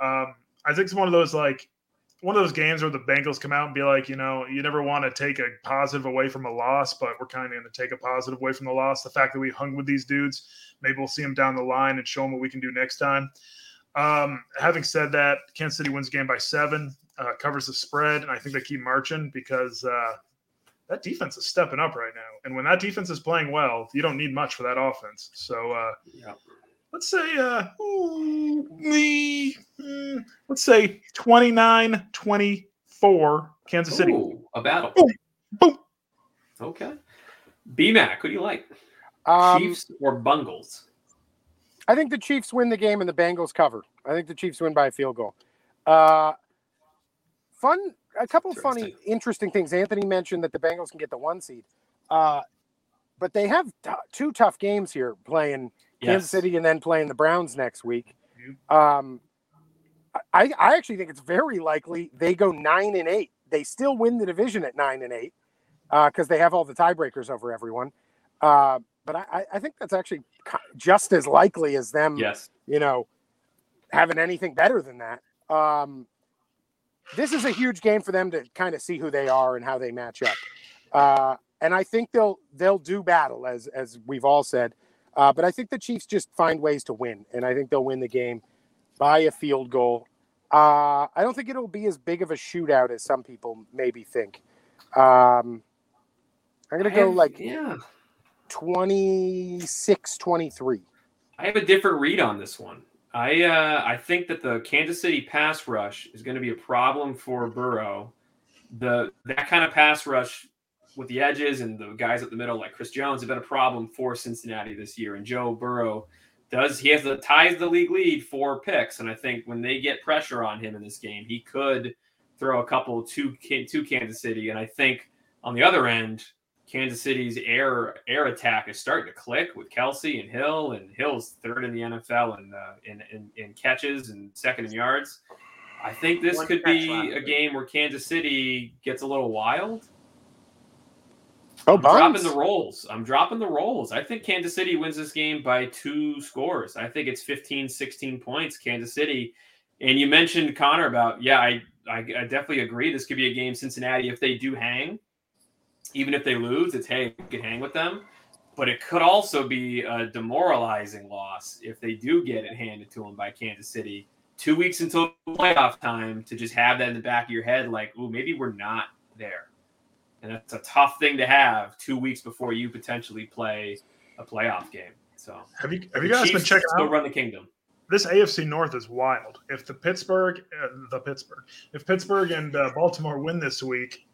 Um, I think it's one of those like one of those games where the Bengals come out and be like, you know, you never want to take a positive away from a loss, but we're kind of going to take a positive away from the loss. The fact that we hung with these dudes, maybe we'll see them down the line and show them what we can do next time. Um, having said that, Kansas City wins the game by seven, uh, covers the spread, and I think they keep marching because uh, that defense is stepping up right now. And when that defense is playing well, you don't need much for that offense. So uh,
Yeah.
let's say, uh, ooh, me, mm, let's say 29 24 Kansas City.
Ooh, a battle.
Boom, boom.
Okay. BMAC, who do you like?
Um,
Chiefs or Bungles?
I think the Chiefs win the game and the Bengals cover. I think the Chiefs win by a field goal. Uh, fun, a couple funny, interesting things. Anthony mentioned that the Bengals can get the one seed, uh, but they have t- two tough games here playing Kansas City and then playing the Browns next week. Um, I, I actually think it's very likely they go nine and eight. They still win the division at nine and eight because they have all the tiebreakers over everyone. Uh, but I, I- I think that's actually ki- just as likely as them,
Yes.
you know, having anything better than that. Um, this is a huge game for them to kind of see who they are and how they match up. Uh, and I think they'll they'll do battle as as we've all said. Uh, but I think the Chiefs just find ways to win, and I think they'll win the game by a field goal. Uh, I don't think it'll be as big of a shootout as some people maybe think. Um, I'm gonna
I
go
have-
like
Yeah.
26 23.
I have a different read on this one. I uh, I think that the Kansas City pass rush is going to be a problem for Burrow. The that kind of pass rush with the edges and the guys at the middle, like Chris Jones, have been a problem for Cincinnati this year. And Joe Burrow does he has the ties the league lead for picks, and I think when they get pressure on him in this game, he could throw a couple to Kan- to Kansas City. And I think on the other end, Kansas City's air air attack is starting to click with Kelsey and Hill, and Hill's third in the NFL in uh, in, in, in catches and second in yards. I think this
One
could
catch
be
last
a
week.
game where Kansas City gets a little wild.
Oh,
I'm dropping
Bones.
the rolls. I'm dropping the rolls. I think Kansas City wins this game by two scores. I think it's 15, 16 points, Kansas City. And you mentioned Connor about, yeah, I, I, I definitely agree. This could be a game Cincinnati, if they do hang, even if they lose, it's, hey, we can hang with them. But it could also be a demoralizing loss if they do get it handed to them by Kansas City. Two weeks until playoff time to just have that in the back of your head, like, ooh, maybe we're not there. And that's a tough thing to have two weeks before you potentially play a playoff game. So
Have you have you
the
guys been
Chiefs
checking
still
out?
run the kingdom.
this AFC North is wild. If the Pittsburgh, uh, the Pittsburgh, if Pittsburgh and uh, Baltimore win this week,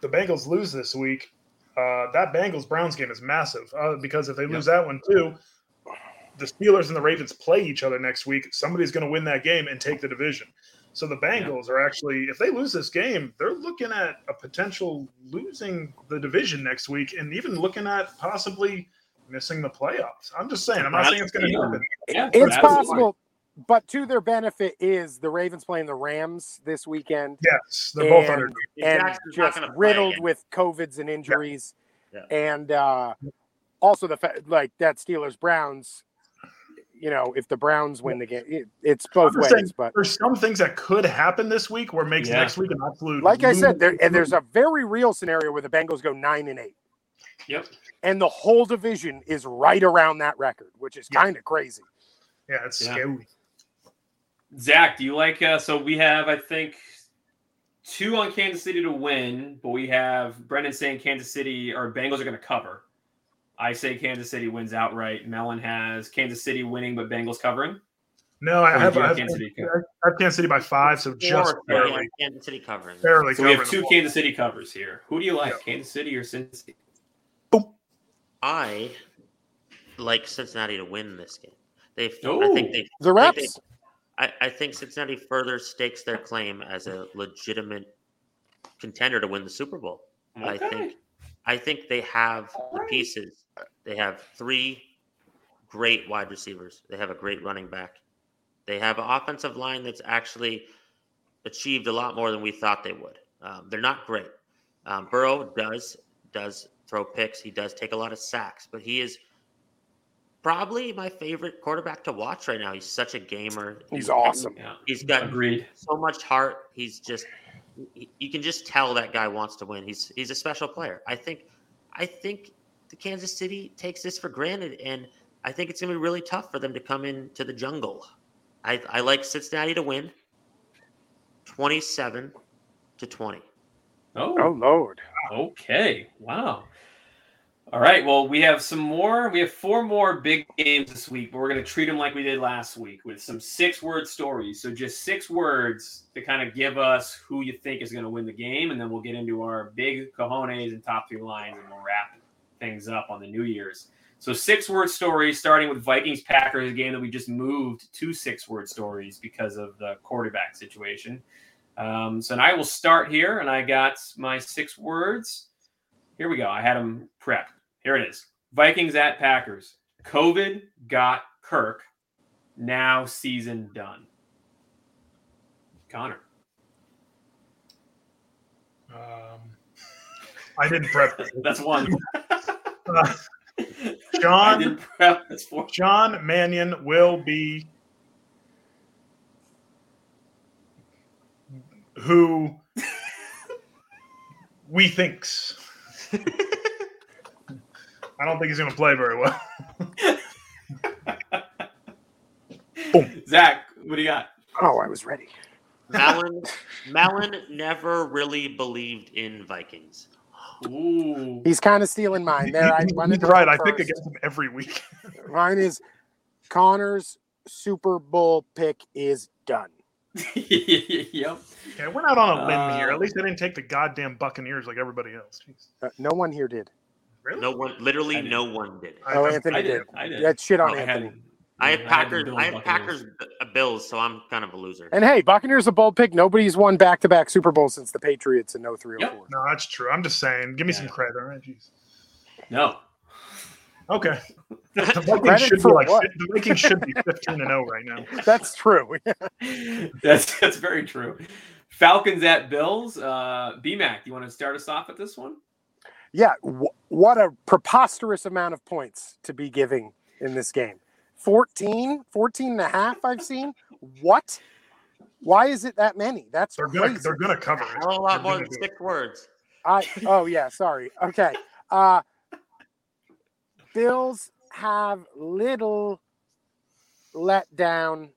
the Bengals lose this week. Uh, that Bengals Browns game is massive uh, because if they lose that one too, the Steelers and the Ravens play each other next week. Somebody's going to win that game and take the division. So the Bengals yeah. are actually, if they lose this game, they're looking at a potential losing the division next week, and even looking at possibly missing the playoffs. I'm just saying. I'm not saying it's going to happen.
Yeah, it's possible. But to their benefit is the Ravens playing the Rams this weekend.
Yes, they're both
under and, and just riddled again. with covids and injuries, yeah. Yeah. and uh, also the fact like that Steelers Browns. You know, if the Browns win the game, it, it's both ways. Saying, but
there's some things that could happen this week where makes next week an absolute.
Like I said, there, and there's a very real scenario where the Bengals go nine and eight.
Yep.
And the whole division is right around that record, which is yeah. kind of crazy.
Yeah, it's yeah. scary.
Zach, do you like? Uh, so we have, I think, two on Kansas City to win, but we have Brendan saying Kansas City or Bengals are going to cover. I say Kansas City wins outright. Melon has Kansas City winning, but Bengals covering.
No, I have, I have, Kansas City I have Kansas City by five, so just
or, barely. Yeah, Kansas City covering.
Barely
so we have two Kansas City covers here. Who do you like, Kansas City or Cincinnati?
I like Cincinnati to win this game. They, I think they,
the Raps.
I, I, think Cincinnati further stakes their claim as a legitimate contender to win the Super Bowl. Okay. I think, I think they have the pieces. They have three great wide receivers. They have a great running back. They have an offensive line that's actually achieved a lot more than we thought they would. Um, they're not great. Um, Burrow does does throw picks. He does take a lot of sacks, but he is probably my favorite quarterback to watch right now. He's such a gamer.
He's, he's awesome.
He's got
Agreed.
so much heart. He's just he, you can just tell that guy wants to win. He's he's a special player. I think I think the Kansas City takes this for granted and I think it's going to be really tough for them to come into the jungle. I, I like Cincinnati to win 27 to <laughs> 20.
Oh,
oh Lord.
Okay. Wow. All right. Well, we have some more. We have four more big games this week, but we're going to treat them like we did last week with some six word stories. So, just six words to kind of give us who you think is going to win the game. And then we'll get into our big cojones and top three lines and we'll wrap things up on the New Year's. So, six word stories, starting with Vikings Packers, game that we just moved to six word stories because of the quarterback situation. Um, so, and I will start here, and I got my six words. Here we go. I had them prepped. Here it is Vikings at Packers. COVID got Kirk. Now season done. Connor.
Um, I didn't prep.
<laughs> That's one.
uh, John,
<laughs>
John Mannion will be who we thinks. I don't think he's going to play very well.
Boom. Zach, what do you got?
Oh, I was ready.
Malin, Malin never really believed in Vikings.
Ooh. <laughs>
He's kind of stealing mine. There, I
wanted right. I think against him every week. <laughs>
mine is Connor's Super Bowl pick is done.
yep.
Yeah, we're not on a limb uh, here. At least they didn't take the goddamn Buccaneers like everybody else.
Uh, no one here did.
Really? No one, literally no one did.
Oh, Anthony I did. I did. That
Oh,
shit on I Anthony.
Had, I have Packers. I have Packers uh, Bills, so I'm kind of a loser.
And hey, Buccaneers a bold pick. Nobody's won back to back Super Bowl since the Patriots in 03 yep.
No, that's true. I'm just saying. Give me yeah. some credit. All right, jeez.
No.
<laughs> Okay. The Vikings should be like what? the Vikings should be 15 and 0 right now.
That's true. <laughs>
<laughs> that's that's very true. Falcons at Bills. Uh, BMAC, you want to start us off at this one? <laughs>
yeah, w- what a preposterous amount of points to be giving in this game. 14, 14 and a half I've seen. What? Why is it that many? That's
they're
crazy.
gonna they're gonna cover it.
A lot more than six words.
I oh yeah, sorry. Okay. Uh Bills have little let down.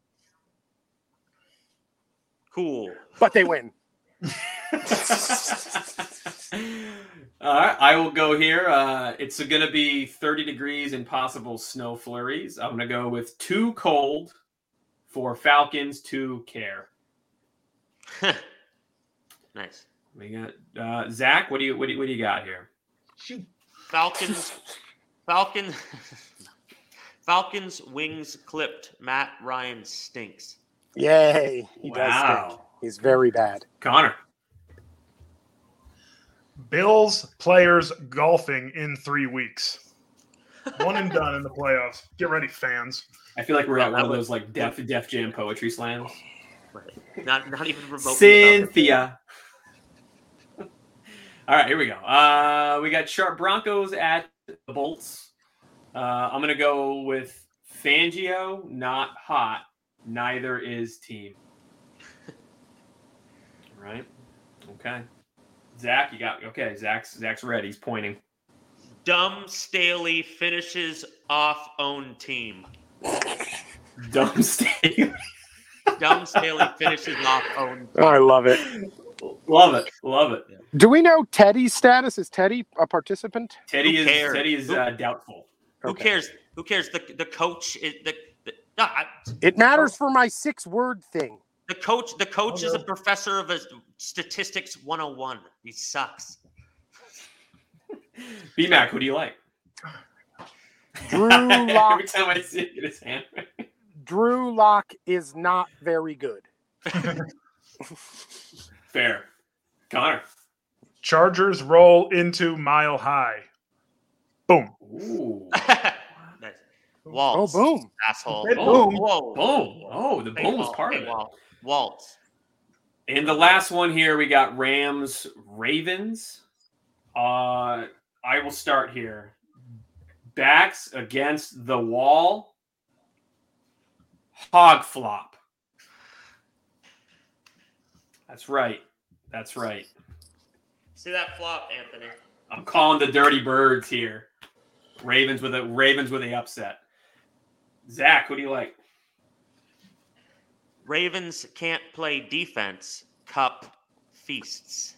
Cool. <laughs>
But they win.
All right, I will go here. Uh, it's going to be 30 degrees and possible snow flurries. I'm going to go with too cold for Falcons to care.
nice.
We got uh, Zach. What do you what do you, what do you got here?
Falcons, <laughs> Falcons, Falcons wings clipped. Matt Ryan stinks.
Yay!
He wow.
He's very bad.
Connor.
Bills players golfing in three weeks. One and done in the playoffs. Get ready, fans.
I feel like we're at one of those like Def Def Jam poetry slams.
Right. Not not even remotely.
Cynthia. <laughs> All right, here we go. Uh, we got sharp Broncos at the Bolts. Uh, I'm gonna go with Fangio, not hot. Neither is team. All right. Okay. Zach, you got okay. Zach's Zach's red. He's pointing. <laughs>
Dumb Staley finishes off own team.
Dumb Staley.
Dumb Staley finishes off own.
Oh, I love it.
Love it. Love it.
Do we know Teddy's status? Is Teddy a participant?
Teddy
Who
is
cares?
Teddy is
Who-
uh, doubtful.
Who
Okay.
cares? Who cares? The the coach is the. the no, I,
It matters for my six word thing.
the coach. The coach
Oh,
is a
no.
professor of a statistics 101. He sucks. <laughs>
B Mac, who do you like? <laughs>
Drew Lock
Every time I see it, it's him.
Drew Lock is not very good.
Fair. Connor.
Chargers roll into mile high. Boom.
Ooh.
nice. Waltz.
Oh, boom.
Asshole.
Hey,
Whoa,
boom.
Whoa.
Boom. Oh, the
Hey,
boom was
Walt.
part
Hey,
of it.
Walt. Waltz.
And the last one here, we got Rams Ravens. Uh, I will start here. Backs against the wall. Hog flop. That's right. That's right.
See that flop, Anthony?
I'm calling the dirty birds here. Ravens with a Ravens with a upset. Zach, who do you like?
Ravens can't play defense. Cup feasts.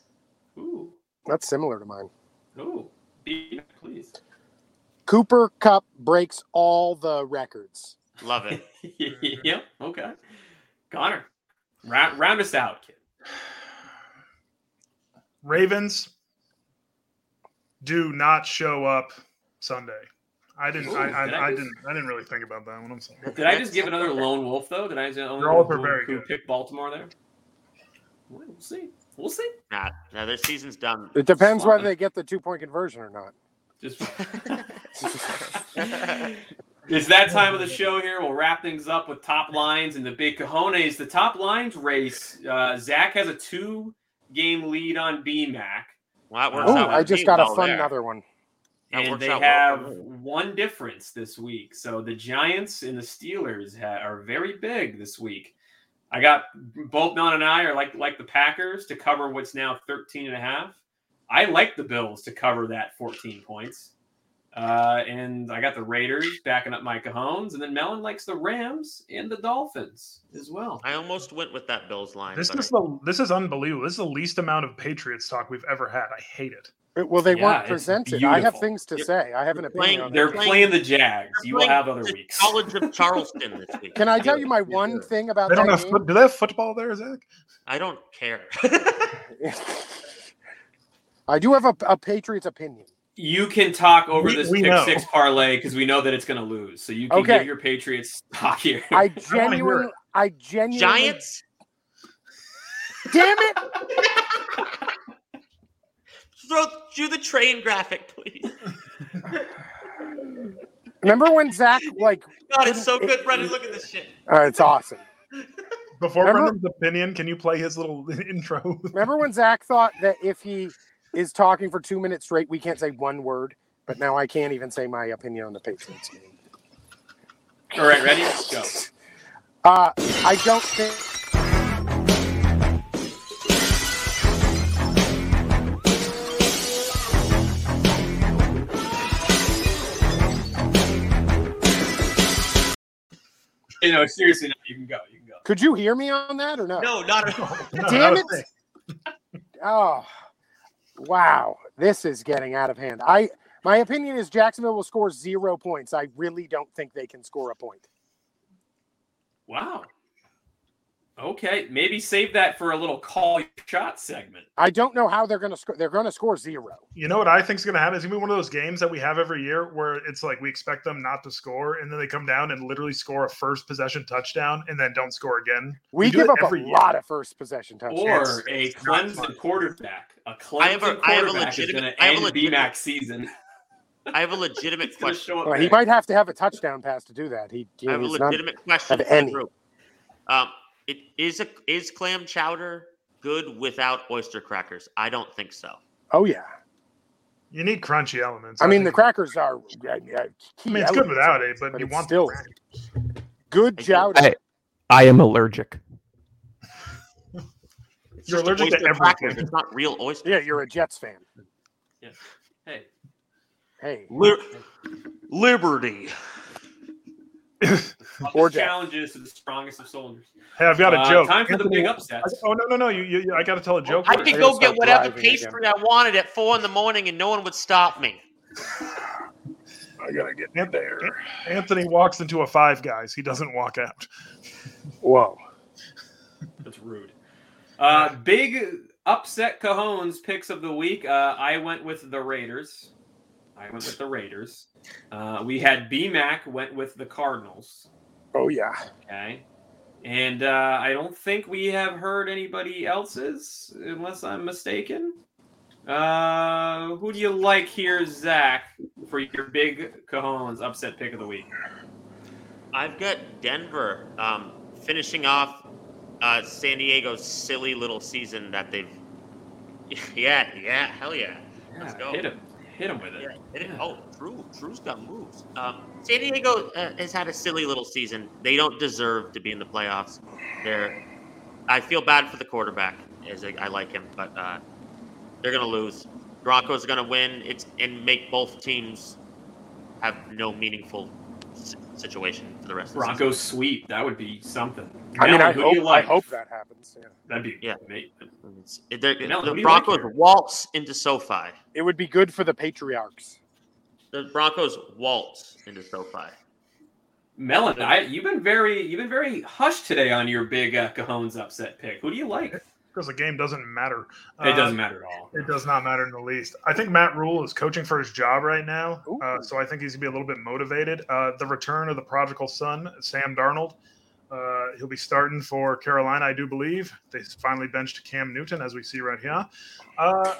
Ooh,
That's similar to mine.
ooh, Be- please.
Cooper Cup breaks all the records.
Love <laughs> it.
<laughs> yep. Okay. Connor, round, round us out, kid.
Ravens do not show up Sunday. I didn't.
Ooh,
I, I,
did
I,
I just-
didn't. I didn't really think about that one. I'm sorry.
Did I just give <laughs> another lone wolf though? Did I just only
They're all very
who
good.
picked Baltimore there? We'll see. We'll see.
Nah, now their season's done.
It depends whether they get the two point conversion or not.
<laughs> Just It's that time of the show here. We'll wrap things up with top lines and the big cojones. The top lines race. Uh, Zach has a two game lead on BMAC,
Well, that works
Oh,
out
I
with
just
team
got a
well
fun
there.
another one.
That
and
works
they
out well
have
for me.
one difference this week. So the Giants and the Steelers ha- are very big this week. I got Bolton and I are like like the Packers to cover what's now 13 and a half. I like the Bills to cover that 14 points. Uh, and I got the Raiders backing up my cajones. And then Melon likes the Rams and the Dolphins as well.
I almost went with that Bills line.
This
but
is the. This is unbelievable. This is the least amount of Patriots talk we've ever had. I hate it.
It- Well, they
Yeah,
weren't
it's
presented. I have
beautiful.
things to
They're-
say. I have an
they're
opinion. on
They're
that.
playing-
playing the Jags. You will
playing
have other
the
weeks.
College of Charleston
<laughs>
this week.
Can I tell
Dude,
you my one thing about
They don't
that
have.
game?
Foot, do they have football there, Zach?
I don't <laughs> care.
<laughs> I do have a, a Patriots opinion.
You can talk over
We-
this
we
pick
know.
six parlay because we know that it's going to lose. So you can
Okay.
give your Patriots <laughs> stock here.
I
hear
genuinely,
it.
I genuinely,
Giants?
<laughs> Damn it!
Throw do the train graphic, please.
Remember when Zach like?
God, it's so good, Brendan. Look at this shit.
Uh, it's awesome.
Before
Remember-
Brendan's opinion, can you play his little <laughs> intro?
Remember when Zach thought that if he is talking for two minutes straight, we can't say one word. But now I can't even say my opinion on the Patriots game.
All right, ready? Go.
Uh, I don't think.
You know, seriously, no, you can go. You can go.
Could you hear me on that or no?
No,
<laughs>
not at all.
Damn it! Oh, wow! This is getting out of hand. I my opinion is Jacksonville will score zero points. I really don't think they can score a point.
Wow. Okay, maybe save that for a little call your shot segment.
I don't know how they're going to score. They're going to score zero.
You know what I think is going to happen? It's going to be one of those games that we have every year where it's like we expect them not to score, and then they come down and literally score a first possession touchdown, and then don't score again.
We,
do
give
it
up a
every year.
lot of first possession touchdowns.
Or
It's-
a
it's not fun.
Clemson quarterback. A
I have a-
Clemson
I have
quarterback
a
is going
legitimate-
to
I have a
end
legitimate-
BMAC season. <laughs>
I have a legitimate
It's going to
question.
show
Oh,
up
Well, he
big.
might have to have a touchdown pass to do that. He, he
I have a
he's not,
legitimate question
of
for the
any.
group. Um, it is a is clam chowder good without oyster crackers? I don't think so.
Oh yeah.
You need crunchy elements.
I mean, the
think.
crackers are. I,
I mean, it's good without it, but,
but
you
it's
want
still-
the crack.
Good
Hey,
chowder.
hey. I am allergic.
It's
You're
just
allergic to
oyster
everything.
crackers. It's not real oyster.
Yeah, you're a Jets fan.
Hey,
Hey,
Li- Liberty.
Or Jack.
challenges to the strongest of soldiers.
Hey, I've got a
Uh,
joke.
Time for the big
I-
upsets.
oh no, no, no! You, you, you- I got to tell a joke.
I
first.
could
I
go
gotta
get
start
whatever
driving again.
pastry I wanted at four in the morning, and no one would stop me.
I gotta get in there. Anthony walks into a Five Guys. He doesn't walk out.
whoa.
That's rude. Uh, big upset Cajones picks of the week. Uh, I went with the Raiders. I went with the Raiders. Uh, we had BMAC went with the Cardinals.
Oh yeah.
Okay. And uh, I don't think we have heard anybody else's, unless I'm mistaken. Uh, who do you like here, Zach, for your big Cajones upset pick of the week?
I've got Denver um, finishing off uh, San Diego's silly little season that they've. <laughs> Yeah, yeah, hell yeah. Let's go.
Hit him. Hit him with it.
Yeah, it,
Yeah.
Oh, Drew. Drew's got moves. Um, San Diego uh, has had a silly little season. They don't deserve to be in the playoffs. They're. I feel bad for the quarterback. As I, I like him, but uh, they're gonna lose. Broncos are gonna win. It's and make both teams have no meaningful si- situation for the rest. of the
Bronco sweep. That would be something.
I mean,
Melon,
I
who do
hope
you
I
like?
hope that happens. Yeah.
That'd be
Yeah.
amazing.
season. It's- it- they're-
Mel, who do
the
you like
Broncos
here?
waltz into SoFi.
It would be good for the patriarchs.
The Broncos waltz into SoFi.
Melon, I, you've been very you've been very hushed today on your big uh, Cajones upset pick. Who do you like?
Because the game doesn't matter.
it
Uh,
doesn't matter at all.
It does not matter in the least. I think Matt Rule is coaching for his job right now,
Ooh.
uh, so I think he's gonna be a little bit motivated. Uh, the return of the prodigal son, Sam Darnold. Uh, he'll be starting for Carolina, I do believe. They finally benched Cam Newton, as we see right here. Uh,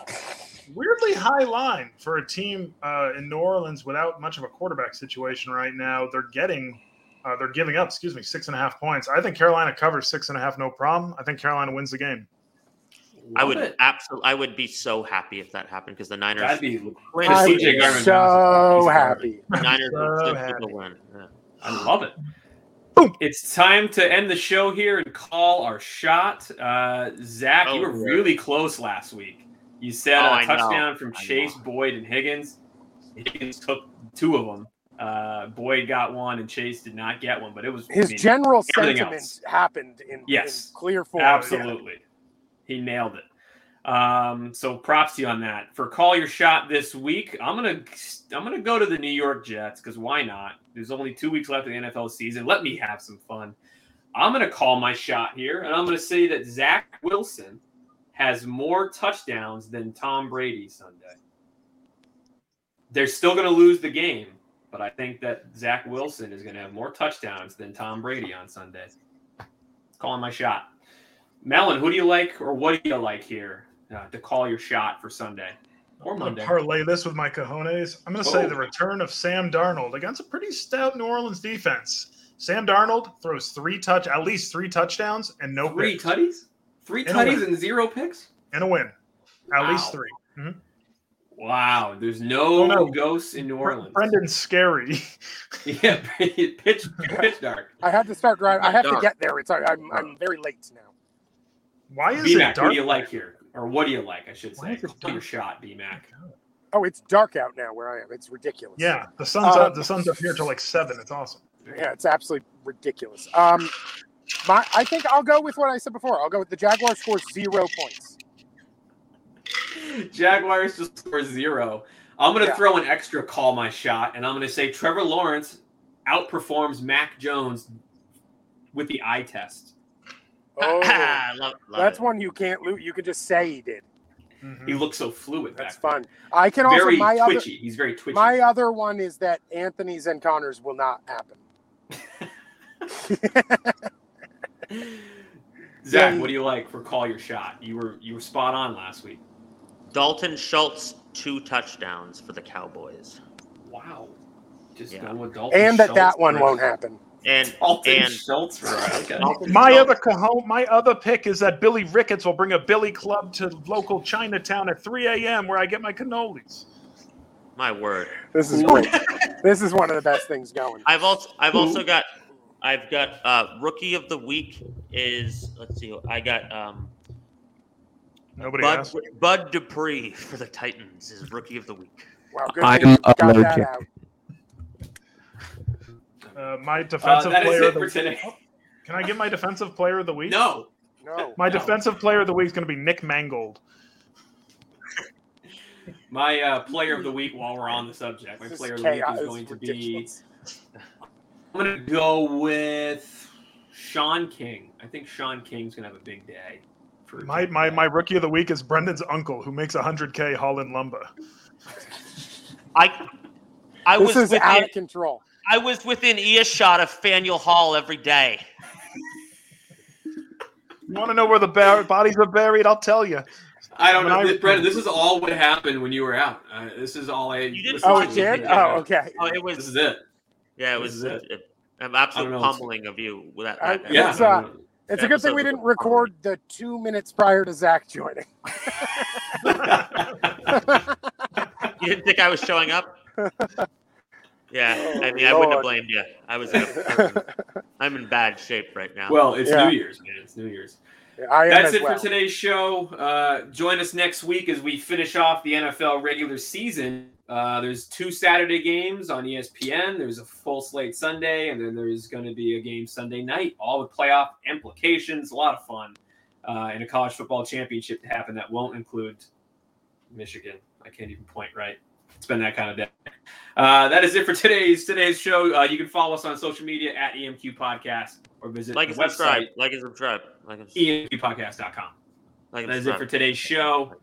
weirdly high line for a team uh, in New Orleans without much of a quarterback situation right now. They're getting, uh, they're giving up, excuse me, six and a half points. I think Carolina covers six and a half, no problem. I think Carolina wins the game.
I
Love
would
it.
absolutely. I would be so happy if that happened because the Niners.
That'd be
Win
I
a
would
I'm
CJ
season.
Garmin.
so
He's
happy.
Niners are
So
good for
happy.
the win. Yeah.
I love it.
Boom.
It's time to end the show here and call our shot. Uh, Zach,
Oh,
you were
boy.
really close last week. You said
Oh,
a
I know.
touchdown from
I
Chase, Boyd, and Higgins. Higgins took two of them. Uh, Boyd got one, and Chase did not get one. But it was I
His
mean,
general
everything
sentiment
else.
happened in,
Yes.
in clear form.
Absolutely. He nailed it. Um, so props to you on that. For call your shot this week, I'm gonna I'm gonna go to the New York Jets because why not? There's only two weeks left of the NFL season. Let me have some fun. I'm gonna call my shot here, and I'm gonna say that Zach Wilson has more touchdowns than Tom Brady Sunday. They're still gonna lose the game, but I think that Zach Wilson is gonna have more touchdowns than Tom Brady on Sunday. Calling my shot. Melon, who do you like or what do you like here uh, to call your shot for Sunday or
I'm going
Monday?
to parlay this with my cojones. I'm going to say
Oh.
the return of Sam Darnold against a pretty stout New Orleans defense. Sam Darnold throws three touch, at least three touchdowns, and no
Three
picks,
tutties? Three
And a win.
tutties and zero picks?
and a win. At least
Wow.
three.
Wow, there's no,
Oh, no.
ghosts in New Orleans.
Brendan's scary.
<laughs>
<laughs>
Yeah, pitch, pitch dark.
I had to start driving. I have to
Dark.
get there. It's I- I'm I'm very late now.
Why is it
BMAC, who
dark?
do you like here? Or what do you like, I should say.
Why is it
Call your
dark?
shot, BMAC.
Oh, it's dark out now where I am. It's ridiculous.
Yeah, the sun's
Uh,
up. The sun's up here till like seven. It's awesome.
Yeah, it's absolutely ridiculous. Um, my, I think I'll go with what I said before. I'll go with the Jaguars score zero
<laughs>
points.
Jaguars just score zero. I'm going to
Yeah.
throw an extra call my shot, and I'm going to say Trevor Lawrence outperforms Mac Jones with the eye test.
Oh,
<laughs> Love- love
that's
it.
one you can't lose. You can just say he did.
Mhm.
He looks so fluid.
Mm. That's
back
fun. I can
there.
also
Very
my
twitchy. He's very twitchy.
other
<laughs>
my other one is that Anthony's and Connors will not happen.
Zach,
Yeah.
what do you like for call your shot? You were you were spot on last week.
Dalton Schultz two touchdowns for the Cowboys,
Wow. Just
Yeah.
going with Dalton
And that
Schultz
that one
for-
won't happen.
and
<laughs> Dalton
and
Schultz for
<laughs>
okay. Uh,
Dalton
My
Schultz-
other cajon, my other pick is that Billy Ricketts will bring a Billy Club to local Chinatown at 3 a.m. where I get my cannolis.
my word.
This is great. this is one of the best things going.
I've also I've
Who?
also got I've got uh rookie of the week is let's see I got um
Nobody
Bud,
asked.
Bud Dupree for the Titans is rookie of the week.
Wow, good
I'm
thing you got that
allergic.
out.
Uh, my
Uh,
defensive
that is
player of
it
the
for
week.
today.
Can I give my defensive player of the week?
No.
No.
My
No.
defensive player of the week is going to be Nick Mangold.
My uh, player of the week while we're on the subject. My
This
player
is
of the week
chaos.
is
It's
going to be
ridiculous.
I'm gonna go with Sean King. I think Sean King's gonna have a big day for
My, my, my rookie of the week is Brendan's uncle, who makes 100K Holland Lumba.
I I
This
was
is
within
out of control.
I was within earshot of Faneuil Hall every day.
You want to know where the bar- bodies are buried? I'll tell you.
I don't know,
my-
this, Brendan. This is all what happened when you were out. Uh, this is all I.
You didn't
listened
Oh,
to.
it
watch
did?
Yeah.
Oh, okay.
Oh, it
This
was
is it.
yeah, it
this
was
is it.
an
I don't
absolute
know.
pummeling of you with that.
I-
that-
Yeah.
It's, uh, It's a good
episode
thing we
was
didn't
a problem.
record the two minutes prior to Zach joining. <laughs>
You didn't think I was showing up? Yeah,
Oh,
I mean, I wouldn't have
Lord.
blamed you. I was,
<laughs>
in a, I'm in bad shape right now.
<laughs> well, it's
Yeah.
New Year's, man. It's New Year's.
I am
That's
as
it
well.
for today's show. Uh, join us next week as we finish off the NFL regular season. Uh, there's two Saturday games on E ESPN. There's a full slate Sunday, and then there's going to be a game Sunday night, all with playoff implications. A lot of fun, uh, and a college football championship to happen that won't include Michigan. I can't even point right. It's been that kind of day. Uh, that is it for today's today's show. Uh, you can follow us on social media at EMQ Podcast or visit
like
the
and subscribe.
website E
Like and subscribe. Like and,
emqpodcast.com.
like and
That is it
subscribe.
for today's show.